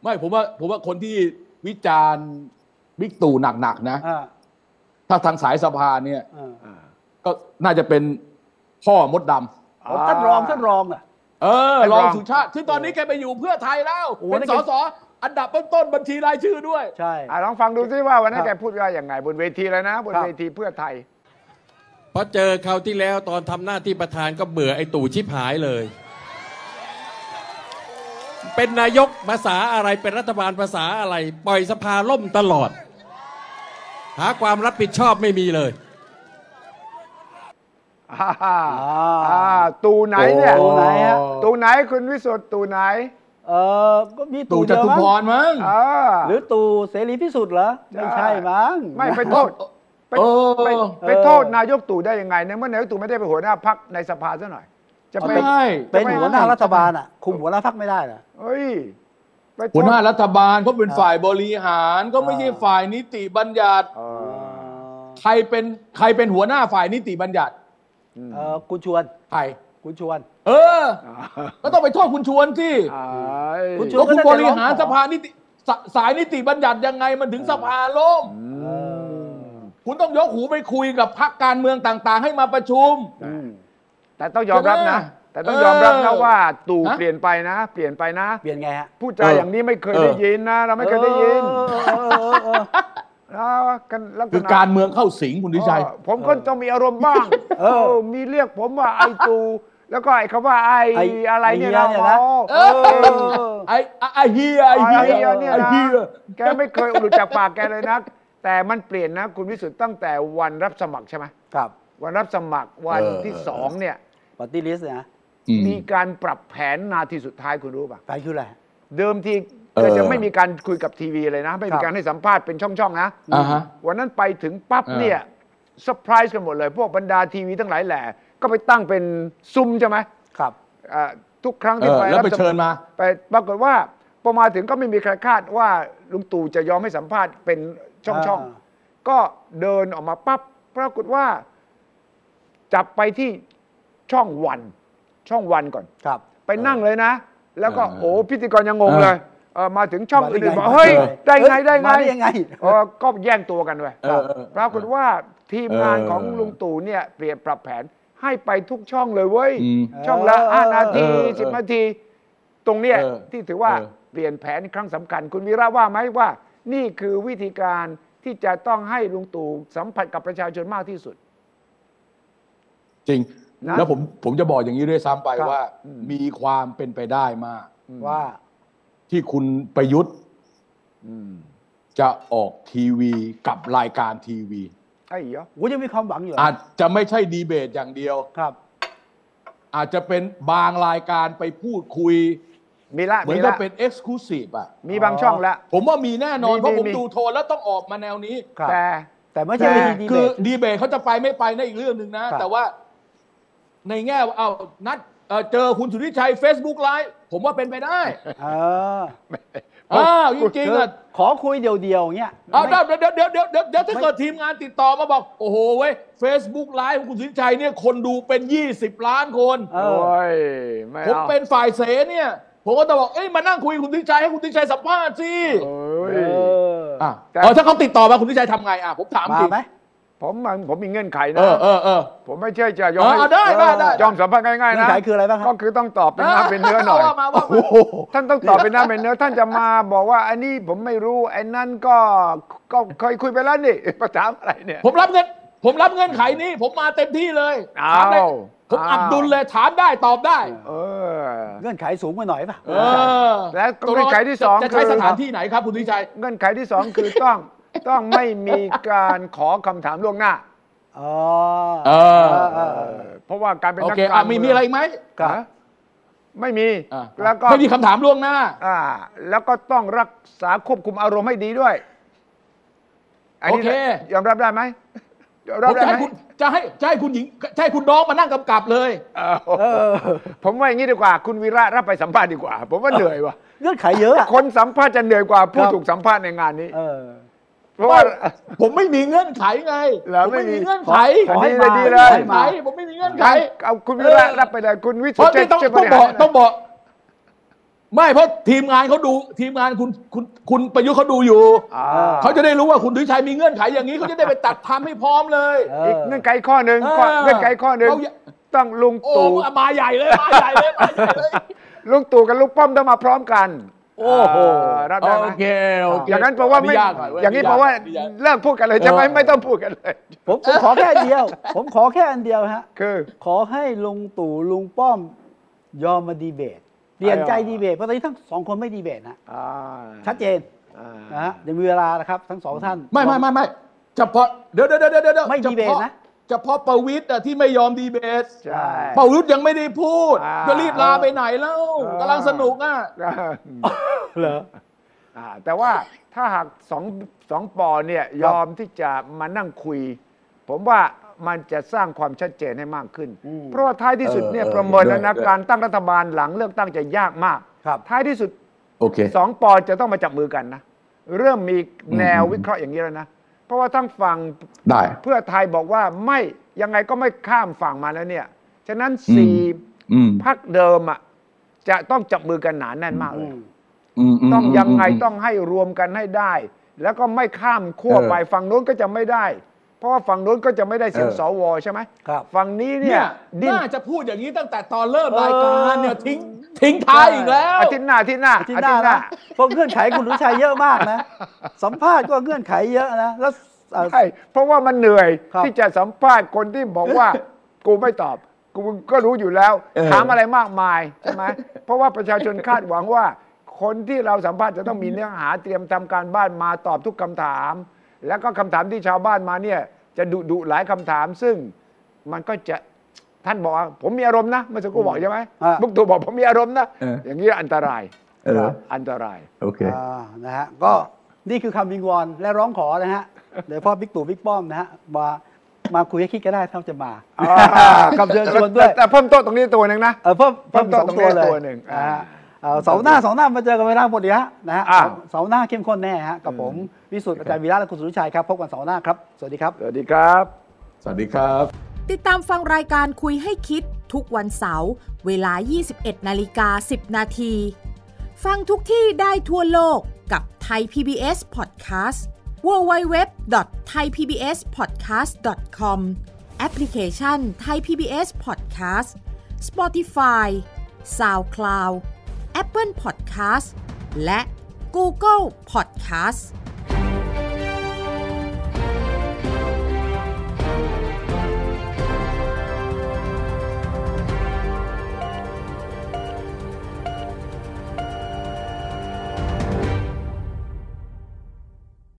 า ไม่ผมว่าผมว่าคนที่วิจารณ์บิ๊กตู่หนักๆนะ อ่า ถ้าทางสายสภาเนี่ย อ่า ก็น่าจะเป็นพ่อมดด โอ้ท่านรองท่านรองน่ะ ำเออ ท่าน ร รอ อง งสุชาติที่ตอนนี้แกไปอยู่เพื่อไทยแล้ว โอ้ เป็น นั่น ส แก อสออันดับต้นๆบัญชีรายชื่อด้วย ใช่ อ่าลองฟังดูซิว่าวันนั้ คน รับ แกพูดว่าอย่างไงบนเวทีแล้วนะ บน ครับ เวทีเพื่อไทย เพราะเจอคราวที่แล้วตอนทำหน้าที่ประธานก็เบื่อไอ้ตู่ชิบหายเลย เป็นนายกภาษาอะไรเป็นรัฐบาลภาษาอะไร ปล่อยสภาล่มตลอด หาความรับผิดชอบไม่มีเลย อ่าอ่า อ่า ตูไหนเนี่ย โอ้ ตูไหนฮะ ตูไหนคุณวิสุทธ์ตูไหน เออก็มี ตู่ ตู่ จ เดียว ตุ มั้ง พรมั้ง เออ หรือตู่เสรีพิสุทธิ์เหรอ ไม่ใช่มั้ง ไม่ไปโทษไป เออ ไปไป เออ โทษนายกตู่ได้ยังไงในเมื่อนายกตู่ไม่ได้เป็นหัวหน้าพักในสภาซะหน่อย จะไป ใช่ เป็น จะไม่ หัวหน้ารัฐบาลอ่ะ คุมหัวหน้าพักไม่ได้เหรอ เฮ้ยไปโทษ หัวหน้ารัฐบาลเขาเป็น อ่า ฝ่ายบริหารก็ไม่ใช่ อ่า ฝ่ายนิติบัญญัติ เออ ใครเป็นใครเป็นหัวหน้าฝ่ายนิติบัญญัติ เออคุณชวน ใคร คุณชวน เออ ก็ต้องไปโทษคุณชวนสิ เอ้ย คุณช แล้วคุณบริหารสภานิติสสายนิติบัญญัติยังไงมันถึงสภาล่ม อืม คุณต้องยกหูไปคุยกับพรรคการเมืองต่าง ๆ ให้มาประชุม แต่ต้องยอมรับนะ แต่ต้อง เออย อมรับนะว่าตู่ ฮะ เปลี่ยนไปนะ เปลี่ยนไปนะ เปลี่ยนไงฮะ พูดจาอย่างนี้ไม่เคยได้ยินนะ เราไม่เคยได้ยิน เออเออเออเออ นะกันลักษ คือ ณะ การเมืองเข้าสิงคุณทิชัย เออผมก็ต้องมีอารมณ์บ้าง เออ เออมีเรียกผมว่าไอตู แล้วก็ไอ้คำว่าไอ ไอ้ อะไรเนี่ย ไอ้ นะ เหี้ยเนี่ย หม นะ อ เออ เออ ไอ้ไอ้เฮียไอ้เฮี ไอ้ ย เหี้ยเนี่ย ไอ้ นะ เฮีย แกไม่เคยหลุดจากปากแกเลยนะแต่มันเปลี่ยนนะคุณวิสุทธ์ตั้งแต่วันรับสมัครใช่ไหม ครับ วันรับสมัครวัน เออ ที่สองเนี่ย ปฏิริษีนะ อืม มีการปรับแผนนาทีสุดท้ายคุณรู้ป่ะ ไปคืออะไร เดิมที เออ ก็จะไม่มีการคุยกับทีวีเลยนะ ไม่ ครั มี บ การให้สัมภาษณ์เป็นช่องๆนะ อ่าฮะ วันนั้นไปถึงปั๊บ เออ เนี่ยเซอร์ไพรส์กันหมดเลย พวกบรรดาทีวีทั้งหลายแหล่ก็ไปตั้งเป็นซุ้มใช่ไหม ครับ อ่าทุกครั้ง เอ ที่ อ ไป แล้ว รับ ไป สมัคร เชิญมา ไปปรากฏว่าพอมาถึงก็ไม่มีใครคาดว่าลุงตู่จะยอมให้สัมภาษณ์เป็นช่องๆ อ่า ก็เดินออกมาปั๊บปรากฏว่า จับไปที่ช่องวัน ช่องวันก่อน ครับ ไปนั่งเลยนะ แล้วก็ เออ โอ้พิธีกรยังงงเลยเออมาถึงช่อง มาได้ อื่นไงๆบอกเฮ้ย ได้ไงได้ไง มาได้ยังไง เออก็แย่งตัวกันด้วย เออเออ ปรากฏว่าทีมงานของ เออ ลุงตู่เนี่ยเปลี่ยนปรับแผนให้ไปทุกช่องเลยเว้ย อืม ช่องละ เออ ห้านาที เออเออ สิบนาที ตรงเนี้ย เออ ที่ถือว่า เออ เปลี่ยนแผนครั้งสำคัญ คุณวีระว่าไหมว่า นี่คือวิธีการที่จะต้องให้ลุงตู่สัมผัสกับประชาชนมากที่สุด จริง นะ แล้วผมผมจะบอกอย่างนี้ด้วยซ้ำไป ครับ ว่า มีความเป็นไปได้มาก ว่า ที่คุณประยุทธ์จะออกทีวีกับรายการทีวี ไอ้เหรอ กูยังมีความหวังอยู่เหรอ อาจจะไม่ใช่ดีเบตอย่างเดียว ครับ อาจจะเป็นบางรายการไปพูดคุย มีละ เหมือ มี นกับ ละ เป็นเอ็กซ์คลูซีฟอ่ะ มีบางช่องละ ผมว่ามีแน่นอน เพราะผม มีมี ดูโทนแล้วต้องออกมาแนวนี้ ครับ แต่ แต่ไม่ใช่วิธีดี คื เบ อ ต ดีเบตเขาจะไปไม่ไปนั่นอีกเรื่องหนึ่งนะ ครับ แต่ว่าในแง่ว่าเอานัดเอ่อเจอคุณสุทธิชัย Facebook ไลฟ์ผมว่าเป็นไปได้ เออ อ้าวจริงๆอ่ะ ขอคุยเดียวๆอย่างเงี้ย เอา ไม่ เดี๋ยวเดี๋ยวเดี๋ยวเดี๋ยวเดี๋ยวเดี๋ยวถ้าเกิดทีมงานติดต่อมาบอก โอ้โหเว้ย Facebook ไลฟ์ของคุณสุทธิชัยเนี่ยคนดูเป็น 20 ล้านคน เอ โอ้ อ ยไม่ ผม อา เป็นฝ่ายเสเนี่ย ผมก็จะบอกเอ้ยมานั่งคุยกับคุณสุทธิชัยให้คุณสุทธิชัยสัมภาษณ์สิ โอ้ เอย อ อ่ะ แต่ เออถ้าเขาติดต่อมาคุณสุทธิชัยทำไงอ่ะผมถาม มา จริง ไหม ผมมันผมมีเงื่อนไข เอ นะ อเออเออ ผมไม่ใช่จะยอม เออเอาได้ได้ได้ ยอมสัมภาษณ์ง่ายๆ เงื่อ นะ นไขคืออะไรบ้างครับ ก็คือต้องตอบเป็นหน้าเป็นเนื้อหน่อย ว่ามาว่ามา ท่านต้องตอบเป็นหน้าเป็นเนื้อท่านจะมาบอกว่าอันนี้ผมไม่รู้ไอ้นั่นก็ก็เคยคุยไปแล้วนี่ ประถามอะไรเนี่ย ผมรับเงินผมรับเงื่อนไขนี้ ผมมาเต็มที่เลย อ้าว ถามได้ผม อ้าว อับดุลเลยถามได้ตอบได้ เออ เงื่อนไขสูงไปหน่อยป่ะ เออ แล้ว ตก เงื่ ล อนไขที่สอง จะจะใช้ คือ สถานที่ไหนครับคุณทิชัย เงื่อนไขที่สองคือต้องต้องไม่มีการขอคำถามล่วงหน้า อ๋อ เออ เออเอ เอ อ อเพราะว่าการเป็น โอ นัก เค การ อ่ะ เง มีมีอะไรอีกไหม ครับ ฮะไม่มี อ่ะ แล้วก็ ไม่มีคำถามล่วงหน้า อ่าแล้วก็ต้องรักษาควบคุมอารมณ์ให้ดีด้วยนนี้ โอเค ยอมรับได้ไหมยอม ผ รับ ม ได้ จะ ไห ให้ ม คุณจะให้จะให้คุณหญิงจะให้คุณน้องมานั่งกำกับเลย เออผมว่าอย่างนี้ดีกว่า คุณวีระรับไปสัมภาษณ์ดีกว่า ผมว่าเหนื่อยว่ะ เงื่อนไขเยอะอะ คนสัมภาษณ์จะเหนื่อยกว่าผู้ ครับ ถูกสัมภาษณ์ในงานนี้ เออ เพราะว่า ผมไม่มีเงื่อนไขไง เหรอ ผมไม่ ไม่มีมีเงื่อนไข ขอให้ ดีเลย มาขอดีเลยให้ เงื่อน ม ไขผมไม่มีเงื่อนไข งั้นเอาคุณวีระรับไปเลยคุณวิ เพ สุท ราะ ธิ์ นี่ต้อง ช่วยต้องบบริหา อก ร ต้องบอก ไม่เพราะทีมงานเขาดูทีมงานคุณคุณคุณประยุทธ์เขาดูอยู่ อ่า เขาจะได้รู้ว่าคุณดุยชัยมีเงื่อนไขอย่างนี้เขาจะได้ไปตัดทำให้พร้อมเลย เอ อี อก เงื่อนไขข้อหนึ่งข้อ เออ เงื่อนไขข้อหนึ่ง เราอย่า ต้องลุง โอ้ ตู่ มาใหญ่เลยมาใหญ่เลยมาใหญ่เลย ลุงตู่กับลุงป้อมต้องมาพร้อมกัน โอ้โห อ่ารับได้ไหม โอเคโอเค อย่างนั้นเพราะว่าไม่ ยกหเ อย่างนี้เพราะว่า นี่ยก เลิกพูดกันเลยใช่ไหม เออ ไม่ต้องพูดกันเลย ผมผมขอแค่อันเดียว ผมขอแค่อันเดียวฮะ คือ ขอให้ลุงตู่ลุงป้อม ยอมมาดีเบต เปลี่ยนใจดีเบต เพราะตอนนี้ทั้งสองคนไม่ดีเบตนะ อ่า ชัดเจน อ่า นะฮะเดี๋ยวมีเวลานะครับ ทั้งสองท่าน ไม่ไม่ไม่ไม่เฉพาะเดี๋ยวเดี๋ยวเดี๋ยวเดี๋ยวดี๋ยว ไม่ดีเบตนะ เฉพาะประวิทย์อะที่ไม่ยอมดีเบต ใช่ ประวิทย์ยังไม่ได้พูด อ่า จะรีบลาไปไหนแล้ว เออ กำลังสนุกอ่ะ เหรอ อ่าแต่ว่าถ้าหากสองสองปอเนี่ยยอมที่จะมานั่งคุย ผมว่ามันจะสร้างความชัดเจนให้มากขึ้น อืม เพราะว่าท้ายที่สุดเนี่ย เออเออ ประเมินแล้วนะ เห็นด้วย การตั้งรัฐบาลหลังเลือกตั้งจะยากมาก ครับ ท้ายที่สุด โอเค สองปอจะต้องมาจับมือกันนะ เริ่มมีแนววิเคราะห์อย่างนี้แล้วนะ เพราะว่าทั้งฝั่ง ได้ เพื่อไทยบอกว่าไม่ยังไงก็ไม่ข้ามฝั่งมาแล้วเนี่ย ฉะนั้นสี่ Ừ, อืม พักเดิมอ่ะจะต้องจับมือกันหนาแน่นมากเลย อื ừ, มม ต้องยังไง ม ต้องให้รวมกันให้ได้ แล้วก็ไม่ข้ามขั้ว เออ ไปฝั่งโน้นก็จะไม่ได้ เพราะว่าฝั่งโน้นก็จะไม่ได้เสียง เออ สวใช่ไหม ครับ ฝั่งนี้เนี่ เนี่ย ย ดิ้น น่าจะพูดอย่างนี้ตั้งแต่ตอนเริ่มรายการเนี่ยทิ้งทิ้งท้ายอีกแล้ว อาทิตย์หน้าอาทิตย์หน้า อาทิตย์หน้านะเพราะเงื่อนไขคุณลุชัยเยอะมากนะ สัมภาษณ์ก็เงื่อนไขเยอะนะ แล้วเอ่อ ใช่เพราะว่ามันเหนื่อย ครับ ที่จะสัมภาษณ์คนที่บอก ว่า กูไม่ตอบ กูก็รู้อยู่แล้ว เออ ถามอะไรมากมายใช่ไหม เพราะว่าประชาชนคาดหวังว่า คนที่เราสัมภาษณ์จะต้องมีเนื้อหาเตรียมทำการบ้านมาตอบทุกคำถาม แล้วก็คำถามที่ชาวบ้านมาเนี่ย จะดุดุหลายคำถาม ซึ่งมันก็จะท่านบอกว่าผมมีอารมณ์นะเมื่อสักครู่บอกใช่ไหม อ่า บุกตูบอกผมมีอารมณ์นะ เอออ อย่างนี้อันตราย เออ อันตราย โอเค อ่านะฮะ ก็นี่คือคำวิงวอนและร้องขอนะฮะ เดี๋ยวพ่อบิ๊กตู่บิ๊กป้อมนะฮะ มา มาคุยให้คิดก็ได้เท่าจะมาคำเชิญชวนด้วย แต่แต่เพิ่มโต๊ะตรงนี้ตัวหนึ่งนะ เออเพิ่มเพิ่ม เพิ่ ส ม อง ตัว ตัวเลย ตัวหนึ่ง นะฮะ อ่า เอ่อเสาร์หน้าเสาร์หน้ามาเจอกันเวลาหมดเลยฮะนะฮะ อ่า เสาเสาร์หน้าเข้มข้นแน่ฮะกับผมวิสุทธิ์อาจารย์วีระและคุณสุรุชัยครับพบกันเสาร์หน้าครับ สวัสดีครับ สวัสดีครับ สวัสดีครับ ติดตามฟังรายการคุยให้คิดทุกวันเสาร์เวลา 21นาฬิกา10 นาที ฟังทุกที่ได้ทั่วโลกกับไทย PBS Podcast www.thaipbspodcast.com แอปพลิเคชัน Thai PBS Podcast Spotify SoundCloud Apple Podcast และ Google Podcast